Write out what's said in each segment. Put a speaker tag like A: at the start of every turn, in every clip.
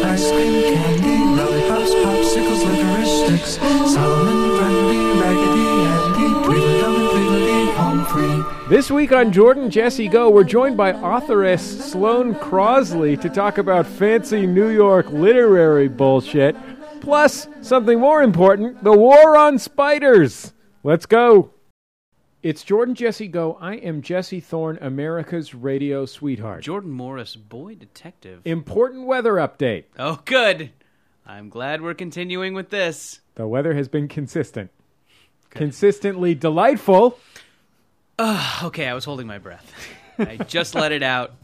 A: ice cream, candy, lollipops, popsicles, licorice sticks, Solomon, Grundy, Raggedy Andy, Tweedledum and Tweedledee, home free.
B: This week on Jordan Jesse Go, we're joined by authoress Sloane Crosley to talk about fancy New York literary bullshit, plus something more important the war on spiders. Let's go. It's Jordan Jesse Go. I am Jesse Thorne, America's radio sweetheart.
C: Jordan Morris, boy detective.
B: Important weather update.
C: Oh, good. I'm glad we're continuing with this.
B: The weather has been consistent. Consistently delightful.
C: Okay, I was holding my breath. I just let it out.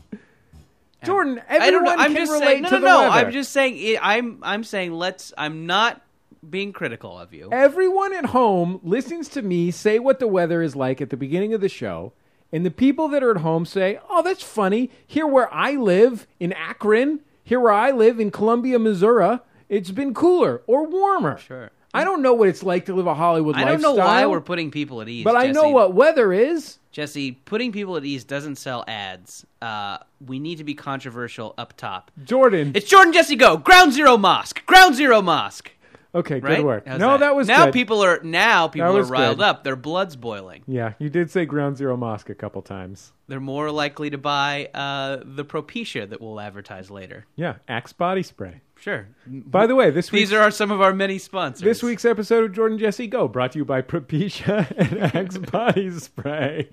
B: Jordan,
C: I don't
B: everyone
C: know. I'm
B: can
C: just
B: relate
C: saying. No,
B: to
C: no,
B: the
C: no.
B: weather.
C: I'm just saying. It, I'm. I'm saying. Let's. I'm not being critical of you.
B: Everyone at home listens to me say what the weather is like at the beginning of the show, and the people that are at home say, "Oh, that's funny. Here where I live in Akron, here where I live in Columbia, Missouri, it's been cooler or warmer."
C: Sure.
B: I don't know what it's like to live a Hollywood
C: I don't
B: lifestyle.
C: know why we're putting people at ease.
B: but I know
C: Jesse.
B: what weather is.
C: Jesse, putting people at ease doesn't sell ads. Uh, we need to be controversial up top.
B: Jordan.
C: It's Jordan Jesse Go. Ground Zero Mosque. Ground Zero Mosque.
B: okay,
C: Right?
B: good work.
C: How's
B: No, that, was
C: now
B: good.
C: people are now people
B: That
C: are
B: was
C: riled
B: good.
C: up. Their blood's boiling.
B: Yeah, you did say Ground Zero Mosque a couple times.
C: They're more likely to buy uh, the Propecia that we'll advertise later.
B: Yeah, Axe body spray.
C: Sure.
B: By the way, this week's
C: These are some of our many sponsors.
B: This week's episode of Jordan Jesse Go brought to you by Propecia and Axe Body Spray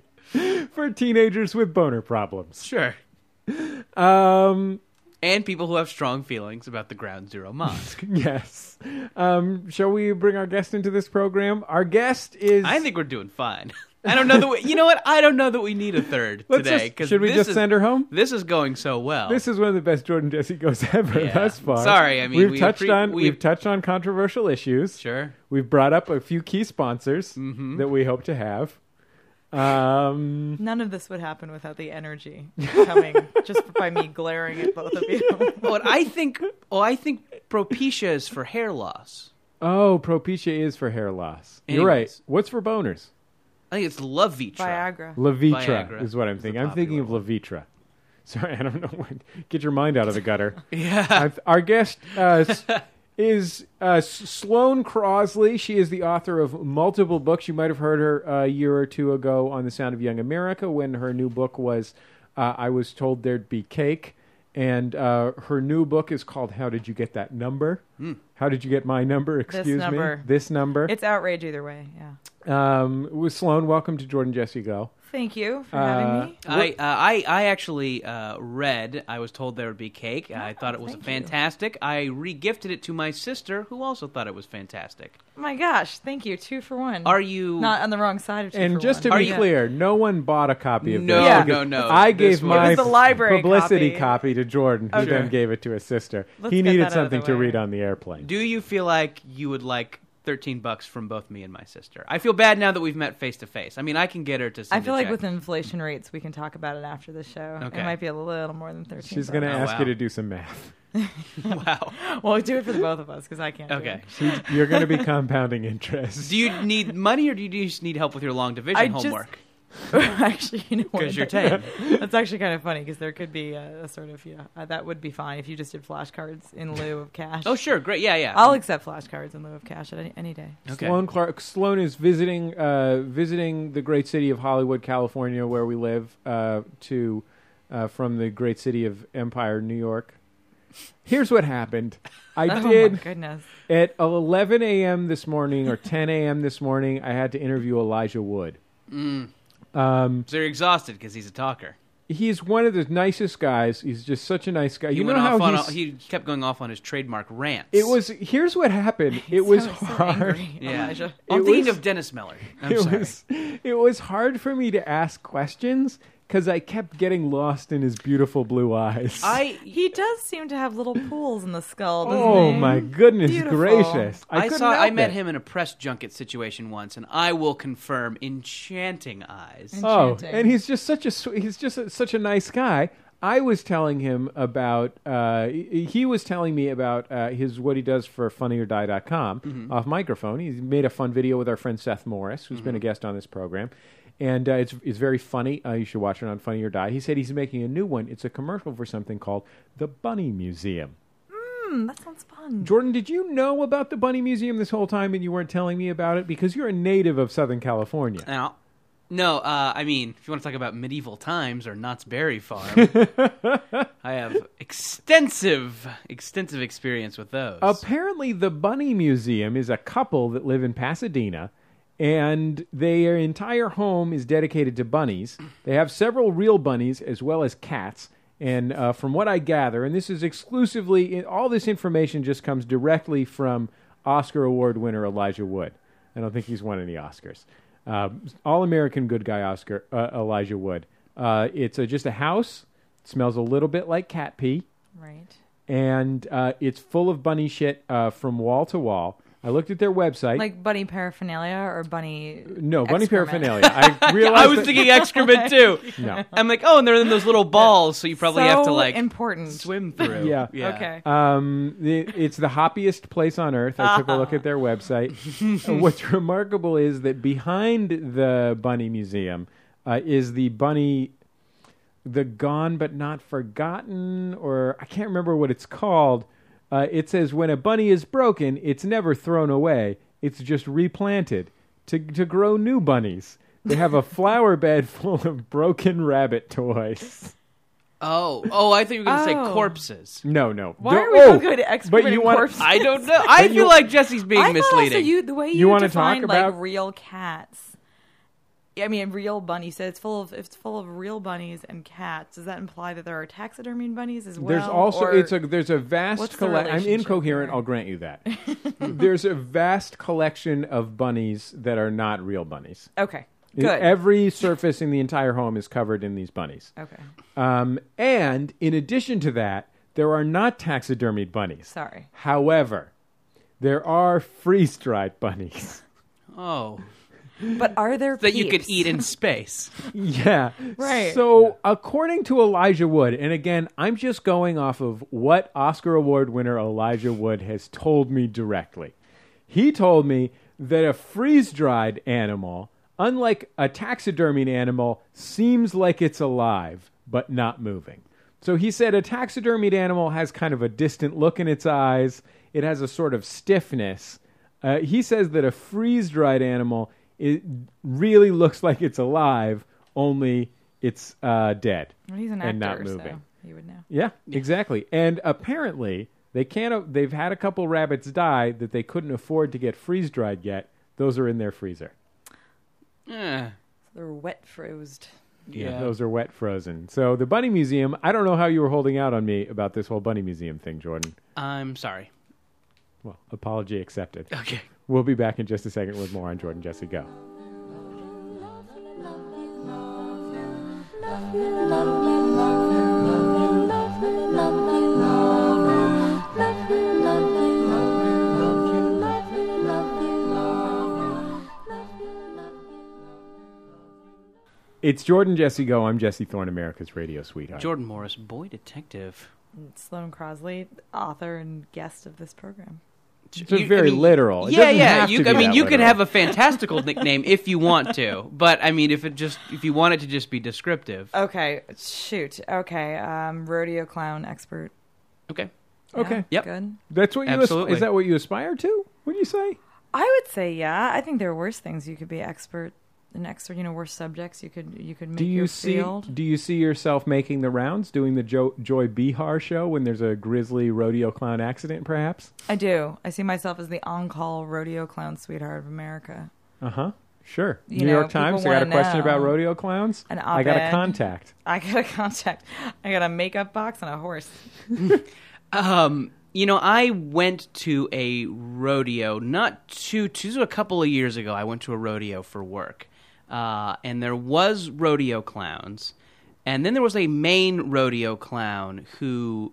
B: for teenagers with boner problems.
C: Sure.
B: Um,
C: And people who have strong feelings about the Ground Zero Mosque.
B: yes. Um, shall we bring our guest into this program? Our guest is.
C: I think we're doing fine. I don't know that we, you know what? I don't know that we need a third
B: Let's
C: today.
B: just- should we
C: this
B: just
C: is-
B: send her home?
C: This is going so well.
B: This is one of the best Jordan Jesse goes ever
C: Yeah.
B: thus far.
C: Sorry, I mean,
B: we've
C: we
B: touched
C: appre-
B: on
C: we-
B: we've touched on controversial issues.
C: sure. Mm-hmm.
B: We've brought up a few key sponsors that we hope to have. Um,
D: None of this would happen without the energy coming just by me glaring at both of you.
C: Oh, and I think. Oh, I think Propecia is for hair loss.
B: oh, Propecia is for hair loss. You're right.
C: Anyways.
B: What's for boners?
C: I think it's Love Vitra.
D: Viagra.
B: Levitra
C: Viagra
B: is what I'm
C: is
B: thinking.
C: the
B: I'm thinking of
C: popular
B: Levitra. Sorry, I don't know. When, get your mind out of the gutter.
C: Yeah.
B: I've- Our guest uh, s- is uh, S- Sloane Crosley. She is the author of multiple books. You might have heard her uh, a year or two ago on The Sound of Young America when her new book was uh, I Was Told There'd Be Cake. And uh, her new book is called How Did You Get That Number?
C: Hmm.
B: How Did You Get My Number? Excuse
D: number.
B: me. This number.
D: It's outrage either way. Yeah.
B: Um, with Sloane, welcome to Jordan Jesse Go.
D: Thank you for
B: Uh,
D: having me.
C: I, uh, I I actually uh, read. I was told there would be cake. I thought it was
D: Oh, thank you.
C: fantastic. I regifted it to my sister, who also thought it was fantastic.
D: Oh My gosh, thank you. Two for one.
C: Are you
D: not on the wrong side of two
B: And
D: for
B: just to
D: one.
C: Are
B: be
C: you-
B: clear, no one bought a copy of
C: No,
B: this.
D: Yeah.
B: I gave-
C: no, no.
B: I
C: This
B: gave
C: was-
B: my
D: It was the library
B: publicity copy.
D: copy.
B: to Jordan, who
D: Okay.
B: then gave it to his sister.
D: Let's
B: he
D: get
B: needed
D: that out of the
B: something to
D: way.
B: read on the airplane.
C: Do you feel like you would like thirteen bucks from both me and my sister? I feel bad now that we've met face to face. I mean, I can get her to.
D: I
C: Send
D: feel
C: a
D: like
C: check.
D: with inflation rates, we can talk about it after the show.
C: Okay.
D: It might be a little more than thirteen.
B: She's going to
D: bucks.
C: Oh,
B: ask you
C: wow.
B: to do some math.
C: wow.
D: Well, do it for the both of us because I can't. do
C: Okay.
D: it.
B: She- You're going to be compounding interest.
C: Do you need money or do you just need help with your long division
D: I just-
C: homework?
D: actually, you know what?
C: Because you're
D: That-
C: ten.
D: That's actually kind of funny because there could be a, a sort of yeah. Uh, that would be fine if you just did flashcards in lieu of cash.
C: Oh sure, great. Yeah, yeah.
D: I'll accept flashcards in lieu of cash at any, any day.
C: okay.
B: Sloan Clark Sloan is visiting uh, visiting the great city of Hollywood, California, where we live, uh, to uh, from the great city of Empire, New York. Here's what happened. I
D: oh
B: did
D: my goodness.
B: At 11 a.m. this morning or 10 a.m. this morning, I had to interview Elijah Wood.
C: So you're exhausted because he's a talker.
B: He's one of the nicest guys. He's just such a nice guy.
C: He
B: you know
C: went
B: how
C: off on
B: he's-
C: a, he kept going off on his trademark rants.
B: it was. Here's what happened. It was
D: so, so
B: hard.
D: angry,
C: Yeah.
D: Elijah.
C: I'm
B: It
C: thinking
B: was-
C: of Dennis Miller. I'm
B: it
C: sorry.
B: was. It was hard for me to ask questions because I kept getting lost in his beautiful blue eyes.
C: I
D: He does seem to have little pools in the skull. Doesn't
B: oh
D: he?
B: my goodness
D: Beautiful.
B: gracious! I,
C: I,
B: couldn't
C: saw
B: help
C: I met
B: it.
C: him in a press junket situation once, and I will confirm, enchanting eyes.
B: Oh,
D: Enchanting.
B: and he's just such a sw- he's just a, such a nice guy. I was telling him about uh, he he was telling me about uh, his what he does for funnyorDie.com off microphone. He's made a fun video with our friend Seth Morris, who's been a guest on this program, and uh, it's it's very funny. Uh, you should watch it on Funny or Die. He said he's making a new one. It's a commercial for something called the Bunny Museum.
D: Hmm, that sounds fun.
B: Jordan, did you know about the Bunny Museum this whole time and you weren't telling me about it because you're a native of Southern California?
C: Now, no, uh, I mean, if you want to talk about medieval times or Knott's Berry Farm, I have extensive, extensive experience with those.
B: Apparently, the Bunny Museum is a couple that live in Pasadena, and their entire home is dedicated to bunnies. They have several real bunnies as well as cats. And uh, from what I gather, and this is exclusively all this information just comes directly from Oscar Award winner Elijah Wood. I don't think he's won any Oscars. Uh, All American Good Guy Oscar uh, Elijah Wood. Uh, it's a, just a house. smells a little bit like cat pee
D: Right.
B: and uh, it's full of bunny shit uh, from wall to wall. I looked at their website.
D: Like bunny paraphernalia or bunny.
B: no bunny
D: excrement.
B: paraphernalia. I realized
C: I was
B: that-
C: thinking excrement too.
B: no.
C: I'm like, oh, and they're in those little balls, so you probably
D: so
C: have to like
D: important.
C: swim through.
B: Yeah.
D: Okay.
B: Um, the, it's the hoppiest place on earth. I took a look at their website. Uh, What's remarkable is that behind the bunny museum uh, is the bunny, the gone but not forgotten, or I can't remember what it's called. Uh, it says when a bunny is broken, it's never thrown away. It's just replanted to to grow new bunnies. They have a flower bed full of broken rabbit toys.
C: Oh, oh, I thought you were going to
D: Oh.
C: say corpses.
B: No, no.
D: Why
B: They're-
D: are we so
B: oh,
D: good at
B: but
D: excrement
B: you
D: and
B: want
D: corpses?
C: I don't know. I
B: you-
C: feel like Jesse's being
D: I thought
C: misleading.
D: also you the way you,
B: You wanna talk
D: define
B: about-
D: like real cats. I mean, real bunny. So it's full of it's full of real bunnies and cats. Does that imply that there are taxidermied bunnies as well?
B: There's also
D: or-
B: it's a there's a vast
D: What's the
B: collection. I'm
D: relationship
B: incoherent.
D: there?
B: I'll grant you that. there's a vast collection of bunnies that are not real bunnies.
D: okay. Good.
B: Every surface in the entire home is covered in these bunnies.
D: okay.
B: Um, and in addition to that, there are not taxidermied bunnies.
D: Sorry.
B: However, there are freeze dried bunnies.
C: oh,
D: But are there
C: that you could
D: peeps?
C: eat in space.
B: Yeah.
D: Right.
B: So, according to Elijah Wood, and again, I'm just going off of what Oscar Award winner Elijah Wood has told me directly. He told me that a freeze dried animal, unlike a taxidermied animal, seems like it's alive but not moving. So he said a taxidermied animal has kind of a distant look in its eyes. It has a sort of stiffness. Uh, he says that a freeze dried animal it really looks like it's alive, only it's uh, dead
D: Well, He's an actor,
B: and not
D: so
B: moving.
D: you would know.
B: Yeah, exactly. And apparently, they can't. They've had a couple rabbits die that they couldn't afford to get freeze dried yet. Those are in their freezer.
C: Eh,
D: They're wet frozed.
C: yeah.
B: those are wet frozen. So the bunny museum. I don't know how you were holding out on me about this whole bunny museum thing, Jordan.
C: I'm sorry.
B: Well, apology accepted.
C: Okay.
B: We'll be back in just a second with more on Jordan Jesse Go. It's Jordan Jesse Go. I'm Jesse Thorne, America's radio sweetheart.
C: Jordan Morris, boy detective.
D: Sloan Crosley, author and guest of this program.
B: it's a very literal. It
C: yeah,
B: doesn't
C: yeah.
B: have to
C: you,
B: be
C: I mean,
B: that
C: you can
B: literal.
C: have a fantastical nickname if you want to, but I mean, if it just if you want it to just be descriptive,
B: Uh,
D: Okay, shoot. Okay, um, rodeo clown expert.
C: okay.
B: Okay.
D: Yeah,
C: Yep.
D: Good.
B: That's what you
C: Absolutely.
B: Is that what you aspire to? What do you say?
D: I would say yeah. I think there are worse things you could be expert an expert. You know, worse subjects you could you could make
B: Do you
D: your
B: see?
D: field.
B: Do you see yourself making the rounds, doing the jo- Joy Bihar show when there's a grizzly rodeo clown accident, perhaps?
D: I do. I see myself as the on-call rodeo clown sweetheart of America.
B: Uh huh. Sure.
D: You
B: New
D: know,
B: York Times. I
D: people
B: got a
D: wanna
B: question
D: know.
B: about rodeo clowns.
D: An
B: I got a
D: op-ed.
B: contact.
D: I got a contact. I got a makeup box and a horse.
C: Um, you know, I went to a rodeo not too, too this was a couple of years ago. I went to a rodeo for work, uh, and there was rodeo clowns, And then there was a main rodeo clown who,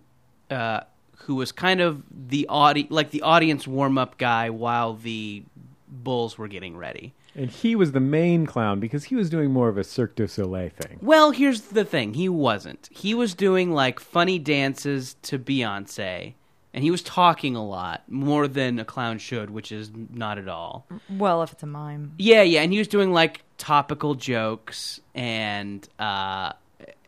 C: uh, who was kind of the audi- like the audience warm up guy while the bulls were getting ready.
B: And he was the main clown because he was doing more of a Cirque du Soleil thing.
C: Well, here's the thing. He wasn't. He was doing like funny dances to Beyonce, and he was talking a lot more than a clown should, which is not at all.
D: Well, if it's a mime.
C: Yeah, yeah, and he was doing like topical jokes and uh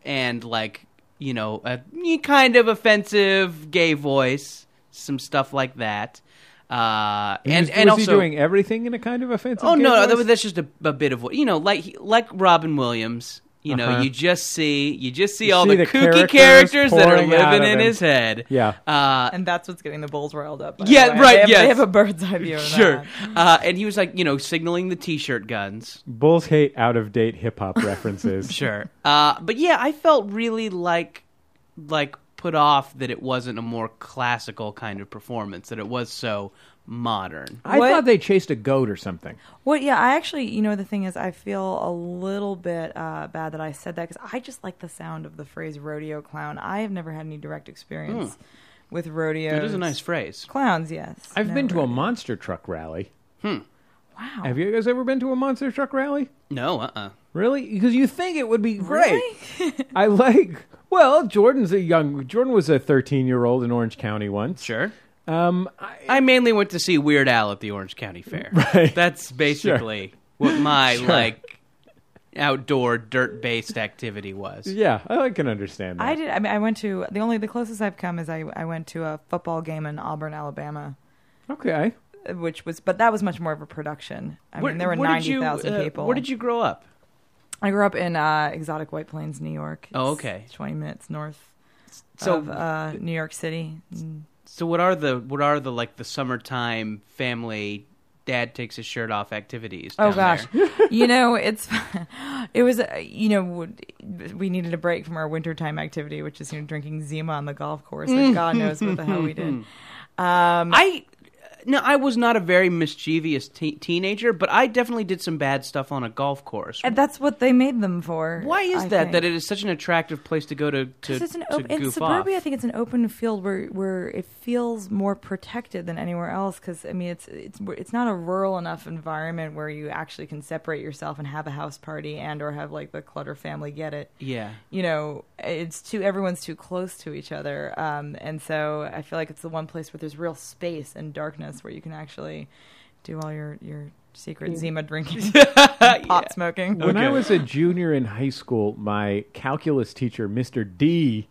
C: and like you know a kind of offensive gay voice, some stuff like that. Uh, and
B: was,
C: and
B: was
C: also
B: he doing everything in a kind of offensive?
C: Oh
B: gay
C: no,
B: voice?
C: that, that's just a, a bit of what you know, like he- like Robin Williams. You know,
B: Uh-huh.
C: you just see you just see
B: You
C: all
B: see the
C: the, kooky
B: characters
C: characters that are
B: pouring out
C: living
B: of
C: in
B: him.
C: his head.
B: Yeah.
C: Uh,
D: And that's what's getting the bulls riled up. by
C: Yeah,
D: the way.
C: right,
D: They have,
C: yes.
D: they have a bird's eye view. Of
C: sure.
D: that.
C: Uh, and he was like, you know, signaling the t-shirt guns.
B: Bulls hate out of date hip hop references.
C: Sure. Uh, but yeah, I felt really like like put off that it wasn't a more classical kind of performance, that it was so modern.
B: I
D: What-
B: thought they chased a goat or something.
D: Well, yeah, I actually, you know, the thing is, I feel a little bit uh, bad that I said that because I just like the sound of the phrase rodeo clown. I have never had any direct experience with rodeos.
C: It Hmm. is a nice phrase.
D: Clowns, yes.
B: I've
D: No,
B: been to a
D: rodeo-
B: monster truck rally.
D: Wow.
B: Have you guys ever been to a monster truck rally?
C: No, uh-uh.
B: Really? Because you think it would be great. I like. Well, Jordan's a young. Jordan was a 13 year old in Orange County once.
C: Sure.
B: Um,
C: I mainly went to see Weird Al at the Orange County Fair. Right. That's basically what my like outdoor dirt-based activity was.
B: yeah, I can understand that.
D: I did. I mean, I went to the only the closest I've come is I I went to a football game in Auburn, Alabama,
B: okay.
D: uh, which was but that was much more of a production. I mean, there were
C: did
D: ninety
C: you,
D: thousand
C: uh,
D: people.
C: Where did you grow up?
D: I grew up in uh, exotic White Plains, New York.
C: Oh,
D: It's
C: okay.
D: Twenty minutes north
C: So-
D: of uh, New York City. Mm.
C: So what are the what are the like the summertime family dad takes his shirt off activities?
D: Oh
C: down
D: gosh,
C: there?
D: you know it's it was uh, you know would- we needed a break from our wintertime activity, which is you know drinking Zima on the golf course. and God knows what the hell we did. Um,
C: I no, I was not a very mischievous te- teenager, but I definitely did some bad stuff on a golf course.
D: And that's what they made them for.
C: Why is
D: I
C: that?
D: think.
C: That it is such an attractive place to go to to,
D: Because it's an
C: to
D: open in
C: goof
D: suburbia. I
C: off.
D: think it's an open field where where it feels more protected than anywhere else. Because I mean, it's it's it's not a rural enough environment where you actually can separate yourself and have a house party and or have like the clutter family get it.
C: Yeah.
D: You know, it's too everyone's too close to each other, um, and so I feel like it's the one place where there's real space and darkness where you can actually do all your your secret Zima drinking, and pot smoking.
B: When I was a junior in high school, my calculus teacher, Mr. D,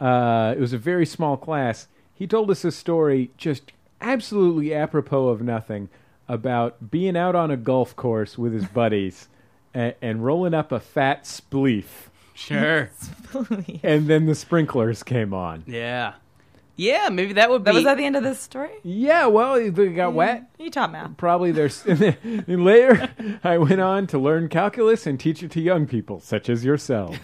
B: uh, it was a very small class. He told us a story just absolutely apropos of nothing about being out on a golf course with his buddies and, and rolling up a fat spleef.
C: Sure.
B: And then the sprinklers came on.
C: Yeah. Yeah, maybe that would be
D: That was at the end of this story.
B: Yeah, well, it got wet.
D: You taught math.
B: Probably there's. And later, I went on to learn calculus and teach it to young people, such as yourselves.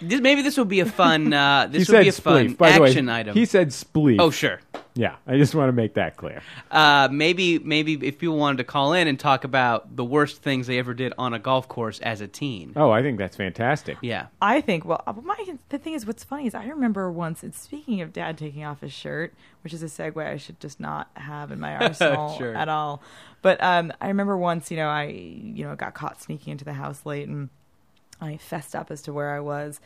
C: this, maybe this would be a fun uh
B: He
C: this would
B: said
C: be a fun
B: spleef. By the way,
C: action item.
B: He said spleef.
C: oh sure.
B: Yeah, I just want to make that clear.
C: Uh maybe maybe if people wanted to call in and talk about the worst things they ever did on a golf course as a teen.
B: Oh, I think that's fantastic.
C: Yeah.
D: I think. Well, uh, my the thing is, what's funny is I remember once. And speaking of dad taking off his shirt, which is a segue I should just not have in my arsenal
C: Sure.
D: at all. But um, I remember once, you know, I you know got caught sneaking into the house late, and I fessed up as to where I was,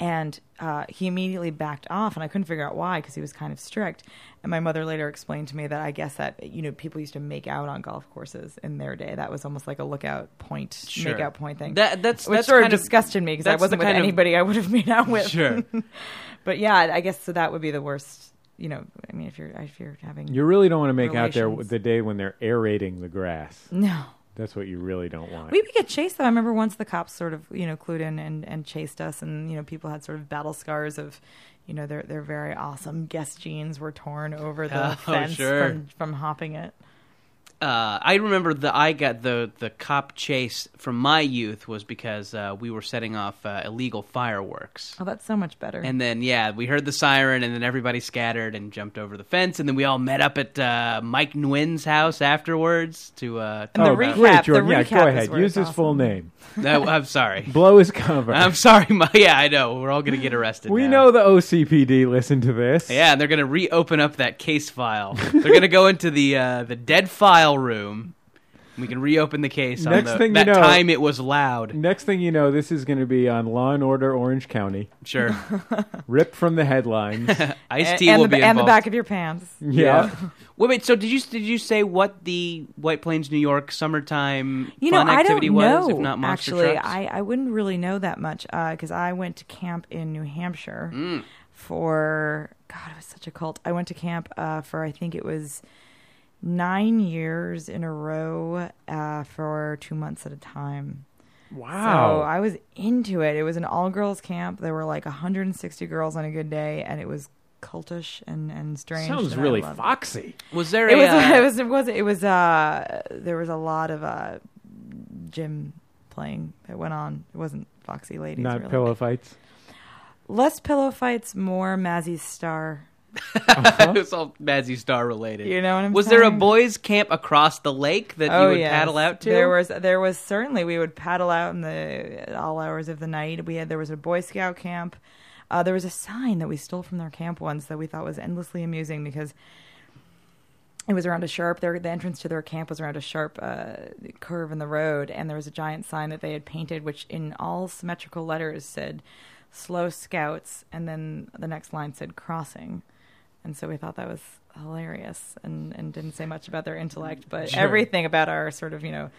D: and uh, he immediately backed off, and I couldn't figure out why because he was kind of strict. And my mother later explained to me that I guess that you know people used to make out on golf courses in their day. That was almost like a lookout point,
C: Sure.
D: make out point thing.
C: That- that's-
D: which
C: that's
D: sort of
C: kind of-
D: disgusted me because I
C: that's the
D: wasn't with
C: kind of-
D: anybody I would have made out with.
C: Sure.
D: but yeah, I guess so. That would be the worst. You know, I mean, if you're if you're having
B: You really don't want to make out there
D: Relations.
B: the day when they're aerating the grass.
D: no.
B: That's what you really don't want.
D: We would get chased though. I remember once the cops sort of you know clued in and, and chased us, and you know people had sort of battle scars of, you know, their their very awesome Guess jeans were torn over the
C: Oh,
D: fence
C: sure.
D: from from hopping it.
C: uh, I remember the I got the the cop chase from my youth was because uh, we were setting off uh, illegal fireworks.
D: Oh, that's so much better.
C: And then yeah, we heard the siren, and then everybody scattered and jumped over the fence, and then we all met up at uh, Mike Nguyen's house afterwards to uh,
D: And the
B: oh,
D: recap-
B: great,
D: the
B: Jordan. yeah,
D: recap
B: go
D: is
B: ahead.
D: where
B: Use
D: it's
B: his full
D: awesome.
B: name.
C: No, I'm sorry.
B: Blow his cover.
C: I'm sorry. My, yeah, I know. We're all going to get arrested.
B: we
C: now.
B: know the OCPD listen to this.
C: Yeah, and they're going to reopen up that case file. They're going to go into the uh, the dead file room. We can reopen the case
B: Next
C: on the,
B: thing you
C: that
B: know-
C: time it was loud.
B: Next thing you know, this is going to be on Law and Order Orange County,
C: Sure.
B: ripped from the headlines.
C: Ice
D: and,
C: T will
D: the,
C: be
D: and the
C: involved.
D: back of your pants.
B: yeah.
C: Wait, wait. So did you did you say what the White Plains, New York summertime
D: You know,
C: fun
D: I don't
C: activity
D: know.
C: was? If not monster
D: actually,
C: trucks?
D: I, I wouldn't really know that much because I went to camp in New Hampshire
C: Mm.
D: for God, it was such a cult. I went to camp uh, for I think it was nine years in a row uh, for two months at a time. So
B: Wow.
D: I was into it. It was an all girls camp. There were like 160 girls on a good day, and it was cultish and and strange.
B: Sounds
D: and I
B: really
D: loved it.
B: foxy.
C: was there
D: It
C: a,
D: was,
C: uh,
D: it was it was it was uh there was a lot of uh gym playing that went on. It wasn't Foxy Ladies
B: Not
D: really.
B: pillow fights.
D: Less pillow fights, more Mazzy Star.
C: uh, it was all Mazzy Star related.
D: You know what I'm
C: was there a
D: saying?
C: boys camp across the lake that you would
D: Oh, yes.
C: paddle out to?
D: There was there was certainly we would paddle out in the at all hours of the night. We had there was a Boy Scout camp. Uh, there was a sign that we stole from their camp once that we thought was endlessly amusing because it was around a sharp their the entrance to their camp was around a sharp uh, curve in the road and there was a giant sign that they had painted which in all symmetrical letters said slow scouts and then the next line said crossing and so we thought that was hilarious and, and didn't say much about their intellect but everything about our sort of you know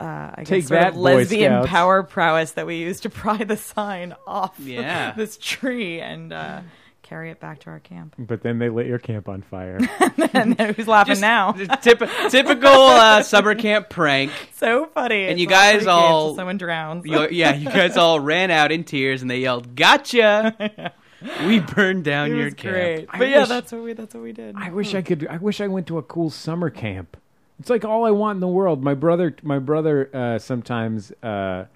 D: uh, I
B: Take
D: guess sort
B: that,
D: of
B: Boy
D: lesbian
B: Scouts.
D: power prowess that we used to pry the sign off
C: Yeah.
D: this tree and uh, carry it back to our camp.
B: But then they lit your camp on fire.
D: And then who's laughing now?
C: Typ- typical uh, summer camp prank.
D: so funny.
C: And
D: It's
C: you guys
D: pretty gay
C: all-
D: until someone drowns.
C: You- yeah, you guys all ran out in tears and they yelled, "Gotcha! We burned down
D: It
C: your
D: was
C: camp."
D: great.
B: I
D: But yeah,
B: wish-
D: that's what we that's what we did.
B: I wish I could. I wish I went to a cool summer camp. It's like all I want in the world. My brother, my brother, uh, sometimes uh,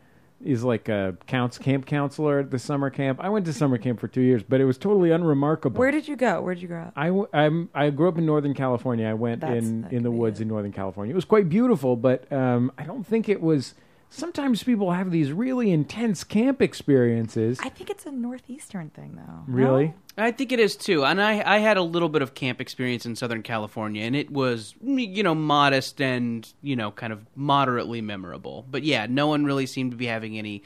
B: is like a counts camp counselor at the summer camp. I went to summer camp for two years, but it was totally unremarkable.
D: Where did you go? Where did you grow up?
B: I, w- I'm, I grew up in Northern California. I went
D: That's-
B: in,
D: that
B: in
D: could
B: the
D: be
B: woods
D: it.
B: in Northern California. It was quite beautiful, but um, I don't think it was. Sometimes people have these really intense camp experiences.
D: I think it's a northeastern thing though.
B: really?
C: I think it is too. And I, I had a little bit of camp experience in Southern California, and it was, you know, modest and, you know, kind of moderately memorable. But yeah, no one really seemed to be having any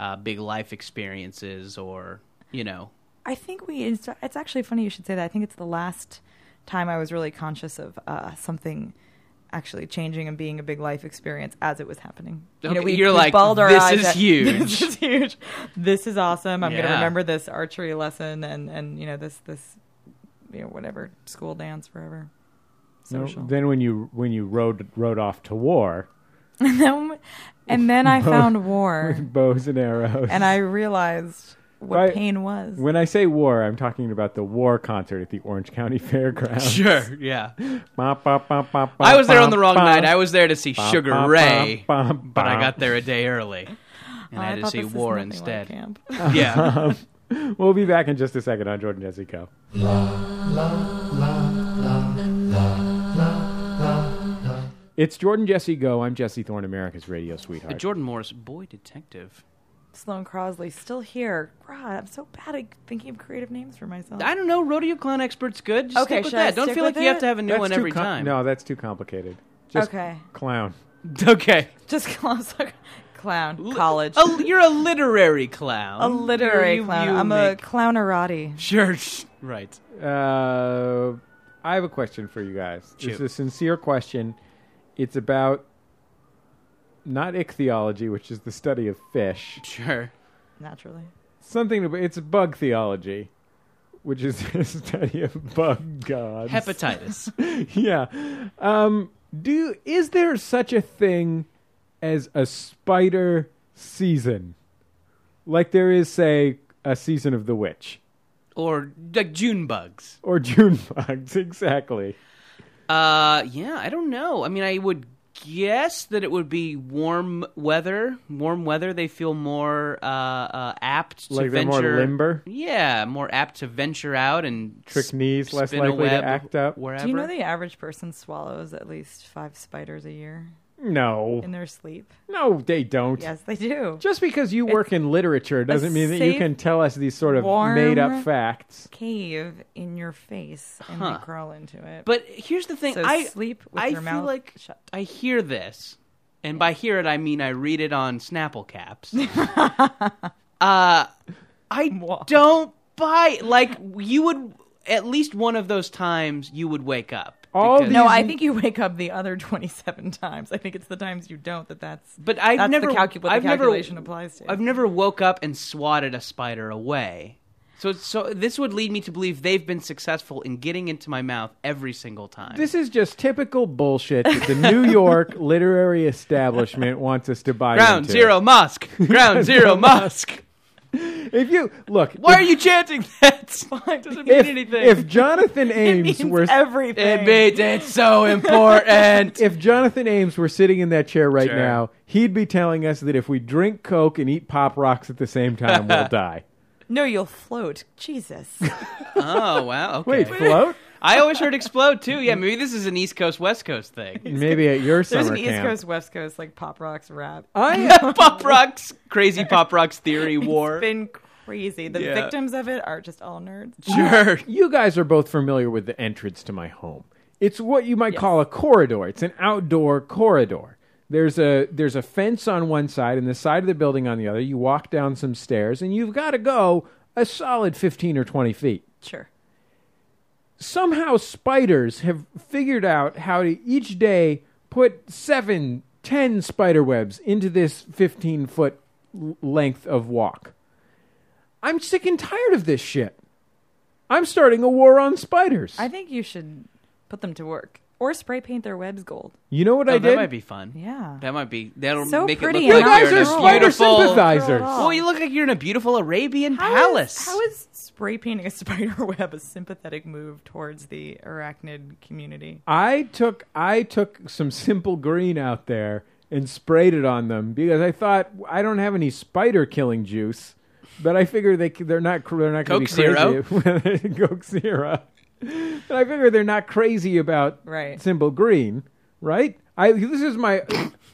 C: uh, big life experiences or, you know.
D: I think we. It's, it's actually funny you should say that. I think it's the last time I was really conscious of uh, something actually changing and being a big life experience as it was happening.
C: Okay, you're like, "This is huge."
D: This is huge. This is awesome. I'm going
C: Yeah.
D: to remember this archery lesson and and you know this this you know whatever school dance forever.
B: No?
D: Social.
B: Then when you when you rode rode off to war,
D: and then, and then I found war,
B: bows and arrows.
D: and I realized what
B: Right.
D: pain was.
B: When I say war, I'm talking about the war concert at the Orange County Fairgrounds.
C: Sure, yeah.
B: Ba, ba, ba, ba, ba,
C: I was there on the wrong
B: ba.
C: night. I was there to see Sugar
B: ba,
C: Ray,
B: ba, ba,
C: but I
B: ba.
C: got there a day early. And
D: Oh,
C: I had to
D: thought
C: see
D: this is
C: War
D: nothing like
C: instead.
D: camp.
C: yeah.
B: Um, We'll be back in just a second on Jordan Jesse Go. It's Jordan Jesse Go. I'm Jesse Thorne, America's radio
C: The
B: sweetheart.
C: Jordan Morris Boy Detective.
D: Sloan Crosley still here. God, I'm so bad at thinking of creative names for myself.
C: I don't know. Rodeo clown expert's good. Just
D: Okay,
C: stick with
D: should I
C: that. Don't
D: stick
C: feel like
D: with
C: you have
D: it?
C: to have a new
B: That's
C: one
B: too
C: every
B: com-
C: time.
B: No, that's too complicated. Just
D: Okay.
B: clown.
C: Okay.
D: Just clown, clown college, a,
C: A, you're a literary clown.
D: literary
C: You- you-
D: clown.
C: you
D: I'm
C: make-
D: a clownerati.
C: Sure. sh- Right.
B: Uh, I have a question for you guys. It's
C: Shoot.
B: a sincere question. It's about not ichthyology, which is the study of fish.
C: Sure.
D: Naturally,
B: Something about it's bug theology, which is the study of bug gods.
C: Hepatitis.
B: yeah. Um, do is there such a thing as a spider season? Like there is, say, a season of the witch
C: or like June bugs.
B: or June bugs, exactly.
C: Uh, yeah, I don't know. I mean, I would guess that it would be warm weather. Warm weather, they feel more uh, uh, apt to
B: Like they're more
C: venture.
B: limber?
C: Yeah, more apt to venture out and
B: Trick
C: s-
B: knees, less
C: spin a
B: likely to
C: web
B: act up.
C: Wherever.
D: Do you know the average person swallows at least five spiders a year
B: No,
D: in their sleep?
B: no, they don't.
D: Yes, they do.
B: Just because you work in literature doesn't mean that you
D: safe,
B: can tell us these sort of
D: warm-
B: made-up facts.
D: Cave in your face and they crawl into it.
C: But here's the thing.
D: So
C: I
D: sleep with
C: I
D: your
C: feel
D: mouth
C: like
D: shut.
C: I hear this, and by hear it I mean I read it on Snapple caps. uh, I
D: Mwah.
C: don't buy. Like you would at least one of those times you would wake up.
B: All
C: because-
B: these-
D: no, I think you wake up the other twenty-seven times. I think it's the times you don't that that's.
C: But I've
D: that's
C: never
D: the calcu- what
C: I've
D: the
C: never-
D: calculation applies to.
C: I've never woke up and swatted a spider away. So so this would lead me to believe they've been successful in getting into my mouth every single time.
B: This is just typical bullshit that the New York literary establishment wants us to buy
C: Ground
B: into.
C: zero Musk. Ground zero Musk.
B: If you look,
C: Why
B: if,
C: are you chanting that? It doesn't mean
B: if,
C: anything.
B: if Jonathan Ames
D: means
B: were
D: everything.
C: it means it's so important.
B: if Jonathan Ames were sitting in that chair right
C: Sure.
B: now, he'd be telling us that if we drink Coke and eat Pop Rocks at the same time, we'll die.
D: No, you'll float. Jesus.
C: oh wow. Okay.
B: Wait, float?
C: I always heard explode too. Yeah, maybe this is an East Coast West Coast thing.
B: Maybe at your summer
D: There's an
B: camp.
D: East Coast, West Coast, like pop rocks rap.
B: I,
C: Pop rocks, crazy pop rocks theory war.
D: It's been crazy. The
C: Yeah.
D: victims of it are just all nerds.
C: sure.
B: you guys are both familiar with the entrance to my home. It's what you might call a corridor. It's an outdoor corridor. There's a there's a fence on one side and the side of the building on the other. You walk down some stairs and you've got to go a solid 15 or 20 feet.
D: Sure.
B: somehow spiders have figured out how to each day put seven, ten spider webs into this 15 foot l- length of walk. I'm sick and tired of this shit. I'm starting a war on spiders.
D: I think you should put them to work or spray paint their webs gold.
B: you know what
C: Oh,
B: I
C: that
B: did?
C: might be fun.
D: Yeah.
C: That might be. That'll
D: So
C: make
D: pretty
C: it
B: you
C: look
D: and
C: like
B: guys
C: you're
B: are
C: in a
D: Girl.
B: spider
C: beautiful.
B: sympathizers.
D: Girl.
C: Well, you look like you're in a beautiful Arabian
D: How is-
C: palace.
D: how is spray painting a spider web a sympathetic move towards the arachnid community?
B: I took I took some simple green out there and sprayed it on them because I thought I don't have any spider killing juice, but I figure they c- they're not cr- they're not going
C: Coke
B: to be crazy. Zero, Coke Zero. But I figure they're not crazy about
D: Right.
B: simple green, right? I this is my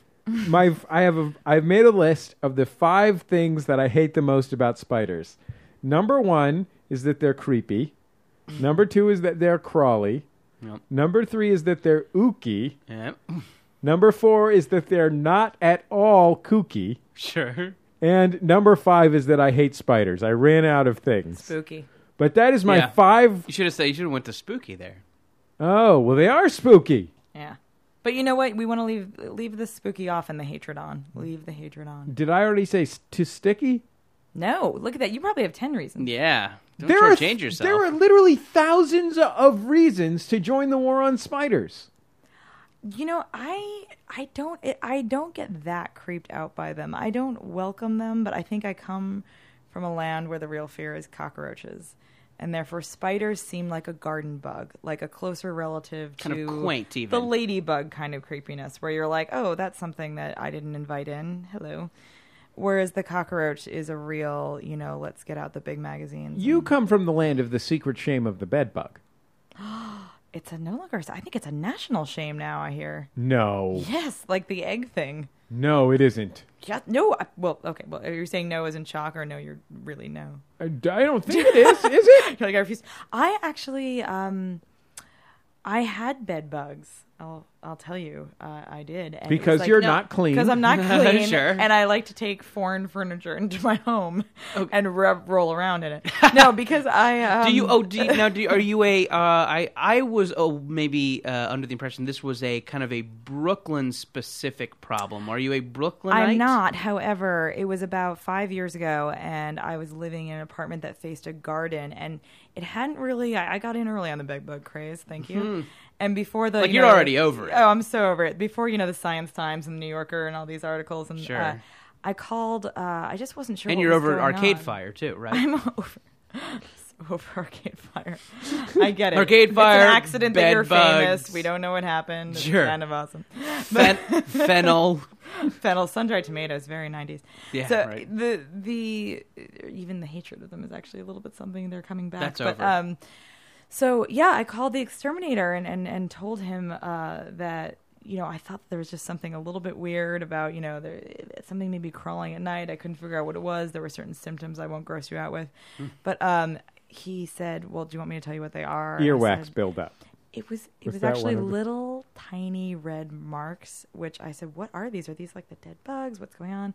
B: my I have a I've made a list of the five things that I hate the most about spiders. Number one is that they're creepy. Number two is that they're crawly.
C: Yep.
B: Number three is that they're ooky.
C: Yeah,
B: Number four is that they're not at all kooky.
C: sure.
B: And number five is that I hate spiders. I ran out of things.
D: Spooky.
B: But that is my
C: Yeah.
B: five
C: You should have said you should have went to spooky there.
B: Oh, well, they are spooky.
D: Yeah. But you know what? We want to leave leave the spooky off and the hatred on. Leave the hatred on.
B: Did I already say s- to sticky?
D: No, look at that. You probably have ten reasons.
C: Yeah. Don't
B: there
C: try
B: are
C: to change yourself.
B: there are literally thousands of reasons to join the war on spiders.
D: You know, I I don't I don't get that creeped out by them. I don't welcome them, but I think I come from a land where the real fear is cockroaches, and therefore spiders seem like a garden bug, like a closer relative
C: Kind
D: to
C: of quaint, even.
D: the ladybug kind of creepiness, where you're like, oh, that's something that I didn't invite in. Hello. Whereas the cockroach is a real, you know, let's get out the big magazines.
B: You come from the land of the secret shame of the bedbug.
D: It's a no longer. I think it's a national shame now. I hear.
B: No,
D: Yes, like the egg thing.
B: no, it isn't.
D: Yeah, no. I, well, okay. Well, are you saying no is in shock or no? You're really no.
B: I, I don't think it is. Is it?
D: You're like I refuse. I actually, um, I had bed bugs. I'll I'll tell you, uh, I did. And
B: Because you're not clean.
D: Because I'm not clean.
C: Sure.
D: And I like to take foreign furniture into my home and rub, roll around in it. No, because I. Um,
C: Do you? Oh, do you, now do you, are you a? Uh, I I was oh maybe uh, under the impression this was a kind of a Brooklyn specific problem. Are you a Brooklynite?
D: I'm not. However, it was about five years ago, and I was living in an apartment that faced a garden, and it hadn't really. I, I got in early on the bed bug craze. Thank you. And before the
C: Hmm. Like,
D: you
C: you're
D: know,
C: already over it.
D: Oh, I'm so over it. Before you know the Science Times and the New Yorker and all these articles, and
C: Sure.
D: uh, I called. Uh, I just wasn't sure.
C: And
D: what
C: you're
D: was
C: over at
D: going
C: Arcade
D: on.
C: Fire too, right?
D: I'm over. over Arcade Fire. I get it.
C: Arcade Fire,
D: It's an accident that
C: bed
D: you're
C: bugs.
D: famous. We don't know what happened. It's
C: Sure.
D: kind of awesome.
C: Fen- fennel.
D: Fennel, sun-dried tomatoes, very 90s.
C: Yeah,
D: so
C: right.
D: the the even the hatred of them is actually a little bit something they're coming back.
C: That's
D: but,
C: over.
D: Um, so yeah, I called the exterminator and and, and told him uh, that you know I thought there was just something a little bit weird about you know there something maybe crawling at night. I couldn't figure out what it was. There were certain symptoms I won't gross you out with,
C: Hmm.
D: but um, he said, "Well, do you want me to tell you what they are?" I
B: Earwax
D: said,
B: buildup.
D: it was it
B: Was
D: was,
B: that
D: actually
B: one of the-
D: little tiny red marks, which I said, "What are these? Are these like the dead bugs? What's going on?"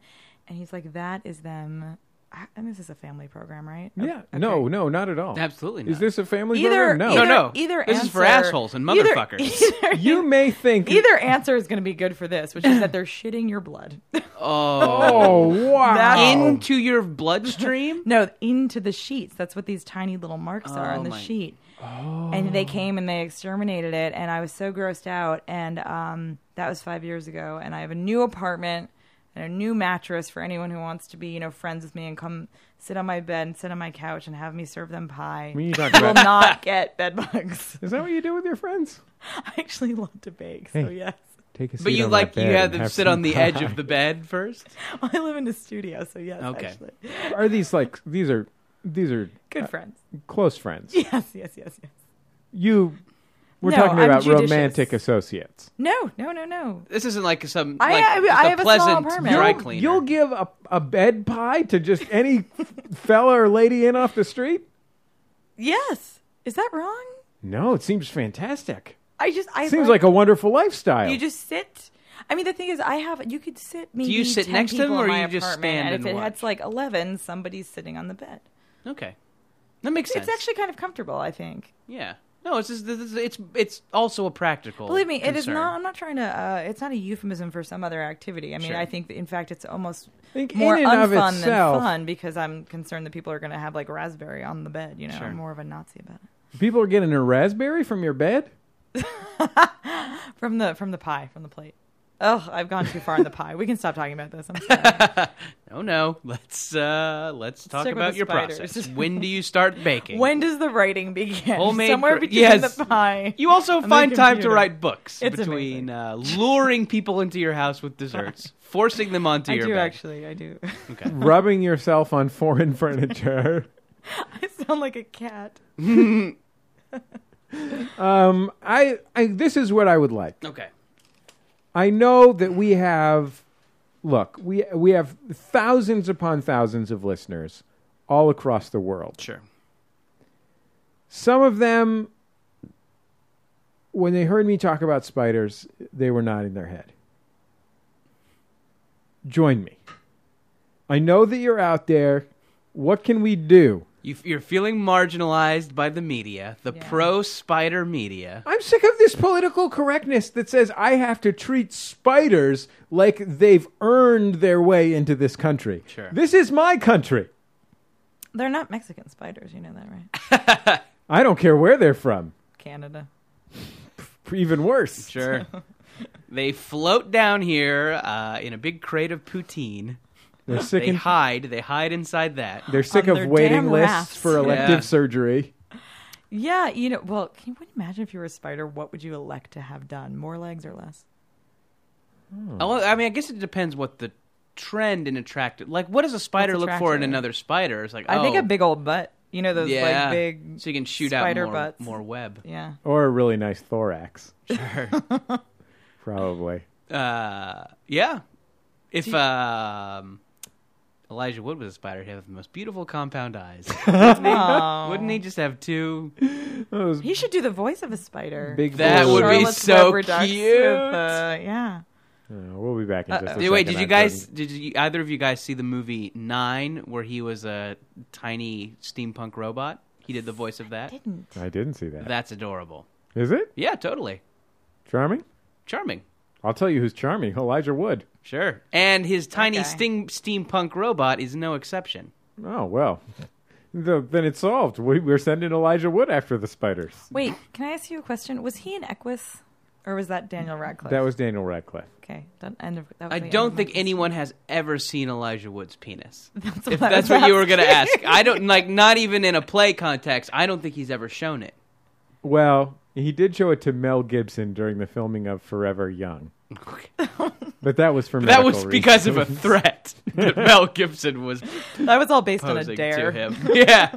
D: And he's like, "That is them." I, and this is a family program, right?
B: Yeah. No, no, not at all.
C: Absolutely
B: Is
C: not.
B: this a family
D: Either,
B: program?
C: No,
D: either
C: no.
D: either
C: This
D: answer,
C: is for assholes and
D: either-
C: motherfuckers.
D: Either,
B: You may think.
D: either answer is going to be good for this, which is that they're shitting your blood.
C: Oh,
B: Oh wow!
C: into your bloodstream.
D: No, into the sheets. That's what these tiny little marks are
C: Oh,
D: on the
C: my-
D: sheet. And they came and they exterminated it, and I was so grossed out. And um, that was five years ago. And I have a new apartment and a new mattress for anyone who wants to be, you know, friends with me and come sit on my bed and sit on my couch and have me serve them pie.
B: What are you talking
D: will
B: about?
D: not get bed bugs.
B: Is that what you do with your friends?
D: I actually love to bake, so
B: Hey.
D: yes.
B: Take a seat
C: But you
B: on my
C: like you
B: bed
C: have
B: and
C: them
B: have
C: sit
B: some
C: on the
B: pie.
C: edge of the bed first.
D: I live in a studio, so yes.
C: Okay.
D: Actually.
B: Are these like these are these are
D: Good friends.
B: close friends?
D: Yes, yes, yes, yes.
B: You we're
D: No,
B: talking
D: I'm
B: about
D: judicious.
B: romantic associates.
D: No, no, no, no.
C: This isn't like some
D: I-
C: like
D: I-
C: just
D: I
C: a
D: have a small
C: pleasant
D: apartment.
C: dry
D: You'll-
C: cleaner.
B: You'll give a, a bed pie to just any fella or lady in off the street?
D: Yes. Is that wrong?
B: No, it seems fantastic.
D: I just I
B: Seems like a wonderful lifestyle.
D: you just sit. I mean, the thing is, I have you could sit. Maybe
C: you sit
D: 10
C: next to them,
D: people in
C: or
D: my
C: you just
D: apartment,
C: stand
D: And if
C: and
D: it
C: watch?
D: hits like eleven, somebody's sitting on the bed.
C: okay, that makes sense.
D: It's actually kind of comfortable, I think.
C: yeah. No, it's just, this is- it's it's also a practical.
D: Believe me, it is
C: concern.
D: not. I'm not trying to. Uh, it's not a euphemism for some other activity. I mean,
C: Sure.
D: I think that, in fact it's almost
B: think
D: more
B: in and of
D: unfun
B: itself-
D: than fun because I'm concerned that people are going to have like raspberry on the bed. You know,
C: Sure.
D: I'm more of a Nazi about it.
B: People are getting a raspberry from your bed?
D: From the from the pie from the plate. Oh, I've gone too far in the pie. We can stop talking about this. I'm sorry.
C: Oh no, let's uh let's talk
D: stick with
C: about
D: the
C: your
D: spiders.
C: process. when do you start baking?
D: when does the writing begin?
C: Homemade
D: Somewhere
C: cr-
D: between
C: yes.
D: the pie.
C: you also
D: the
C: find time to
D: computer.
C: write books
D: It's
C: between uh, luring people into your house with desserts, forcing them onto
D: I
C: your
D: do
C: bed.
D: actually. I do.
B: Rubbing yourself on foreign furniture.
D: I sound like a cat.
B: Um, I, I this is what I would like.
C: Okay.
B: I know that we have look, we we have thousands upon thousands of listeners all across the world.
C: Sure.
B: Some of them when they heard me talk about spiders, they were nodding their head. Join me. I know that you're out there. What can we do?
C: You, f- you're feeling marginalized by the media, the
D: Yeah.
C: pro spider media.
B: I'm sick of this political correctness that says I have to treat spiders like they've earned their way into this country.
C: Sure.
B: This is my country.
D: They're not Mexican spiders. You know that, right?
B: I don't care where they're from.
D: Canada.
B: Even worse.
C: Sure. they float down here uh, in a big crate of poutine.
B: They're sick
C: They
B: and
C: hide. They hide inside that.
B: they're sick
D: On
B: of
D: their
B: waiting
D: damn
B: lists
D: rafts.
B: for elective
C: Yeah.
B: surgery.
D: Yeah, you know. Well, can you imagine if you were a spider? What would you elect to have done? More legs or less?
C: I wa- I mean, I guess it depends what the trend in attractive. Like, what does a spider
D: What's
C: look for in
D: attractive?
C: another spider? It's like,
D: I think
C: oh,
D: a big old butt. You know those
C: yeah.
D: like big.
C: so you can shoot
D: spider
C: out more,
D: butts.
C: more web.
D: Yeah.
B: Or a really nice thorax. Sure. Probably.
C: Uh, yeah. If um, Elijah Wood was a spider, he'd have the most beautiful compound eyes.
D: Oh.
C: Wouldn't he just have two?
B: Those
D: He should do the voice of a spider.
B: big
C: That
B: balloons.
C: would be
D: Charlotte's
C: so
D: Web Redux with,
C: cute.
D: uh, yeah.
B: Uh, we'll be back in just a
D: Uh-oh.
B: second.
C: Wait, did you
B: I'm
C: guys?
B: done.
C: Did you, either of you guys see the movie Nine, where he was a tiny steampunk robot? He did the voice of that.
D: Didn't.
B: I didn't see that.
C: That's adorable.
B: Is it
C: Yeah, totally
B: charming?
C: charming.
B: I'll tell you who's charming. Elijah Wood.
C: Sure. And his tiny
D: Okay.
C: sting, steampunk robot is no exception.
B: Oh well, the, then it's solved. We, we're sending Elijah Wood after the spiders.
D: Wait, can I ask you a question? Was he an equus? or was that Daniel Radcliffe?
B: That was Daniel Radcliffe.
D: okay. That end of, Oh, that was
C: I
D: the end
C: don't
D: of
C: think
D: my-
C: anyone has ever seen Elijah Wood's penis.
D: That's
C: if
D: I
C: that's
D: was
C: what you were going to ask.
D: asking.
C: I don't like not even in a play context. I don't think he's ever shown it.
B: Well, he did show it to Mel Gibson during the filming of Forever Young, but that was for
C: that
B: medical
C: was because of a
B: reasons.
C: threat that Mel Gibson was
D: That was all based on a
C: posing to
D: dare.
C: him. Yeah.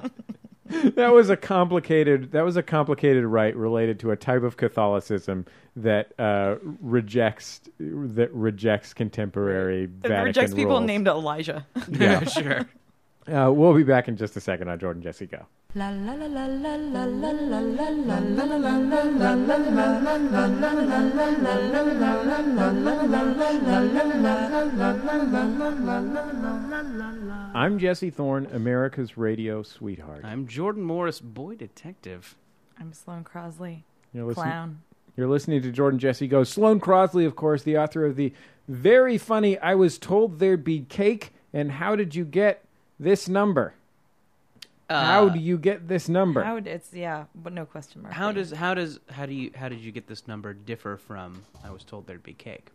B: that was a complicated that was a complicated rite related to a type of Catholicism that uh, rejects that rejects contemporary
D: It
B: Vatican
D: rejects people
B: rules.
D: named Elijah.
C: Yeah, sure.
B: Uh, we'll be back in just a second on Jordan Jesse Go.
E: La la la la la la la la la la la
B: I'm Jesse Thorne, America's radio sweetheart.
C: I'm Jordan Morris, boy detective.
D: I'm Sloan Crosley,
B: You're listening,
D: clown.
B: you're listening to Jordan Jesse Go. Sloan Crosley, of course, the author of the very funny I Was Told There'd Be Cake and How Did You Get This Number?
C: Uh,
B: how do you get this number?
D: How would it's yeah, but no question mark.
C: how
D: thing.
C: does how does how do you how did you get this number differ from I was told there'd be cake?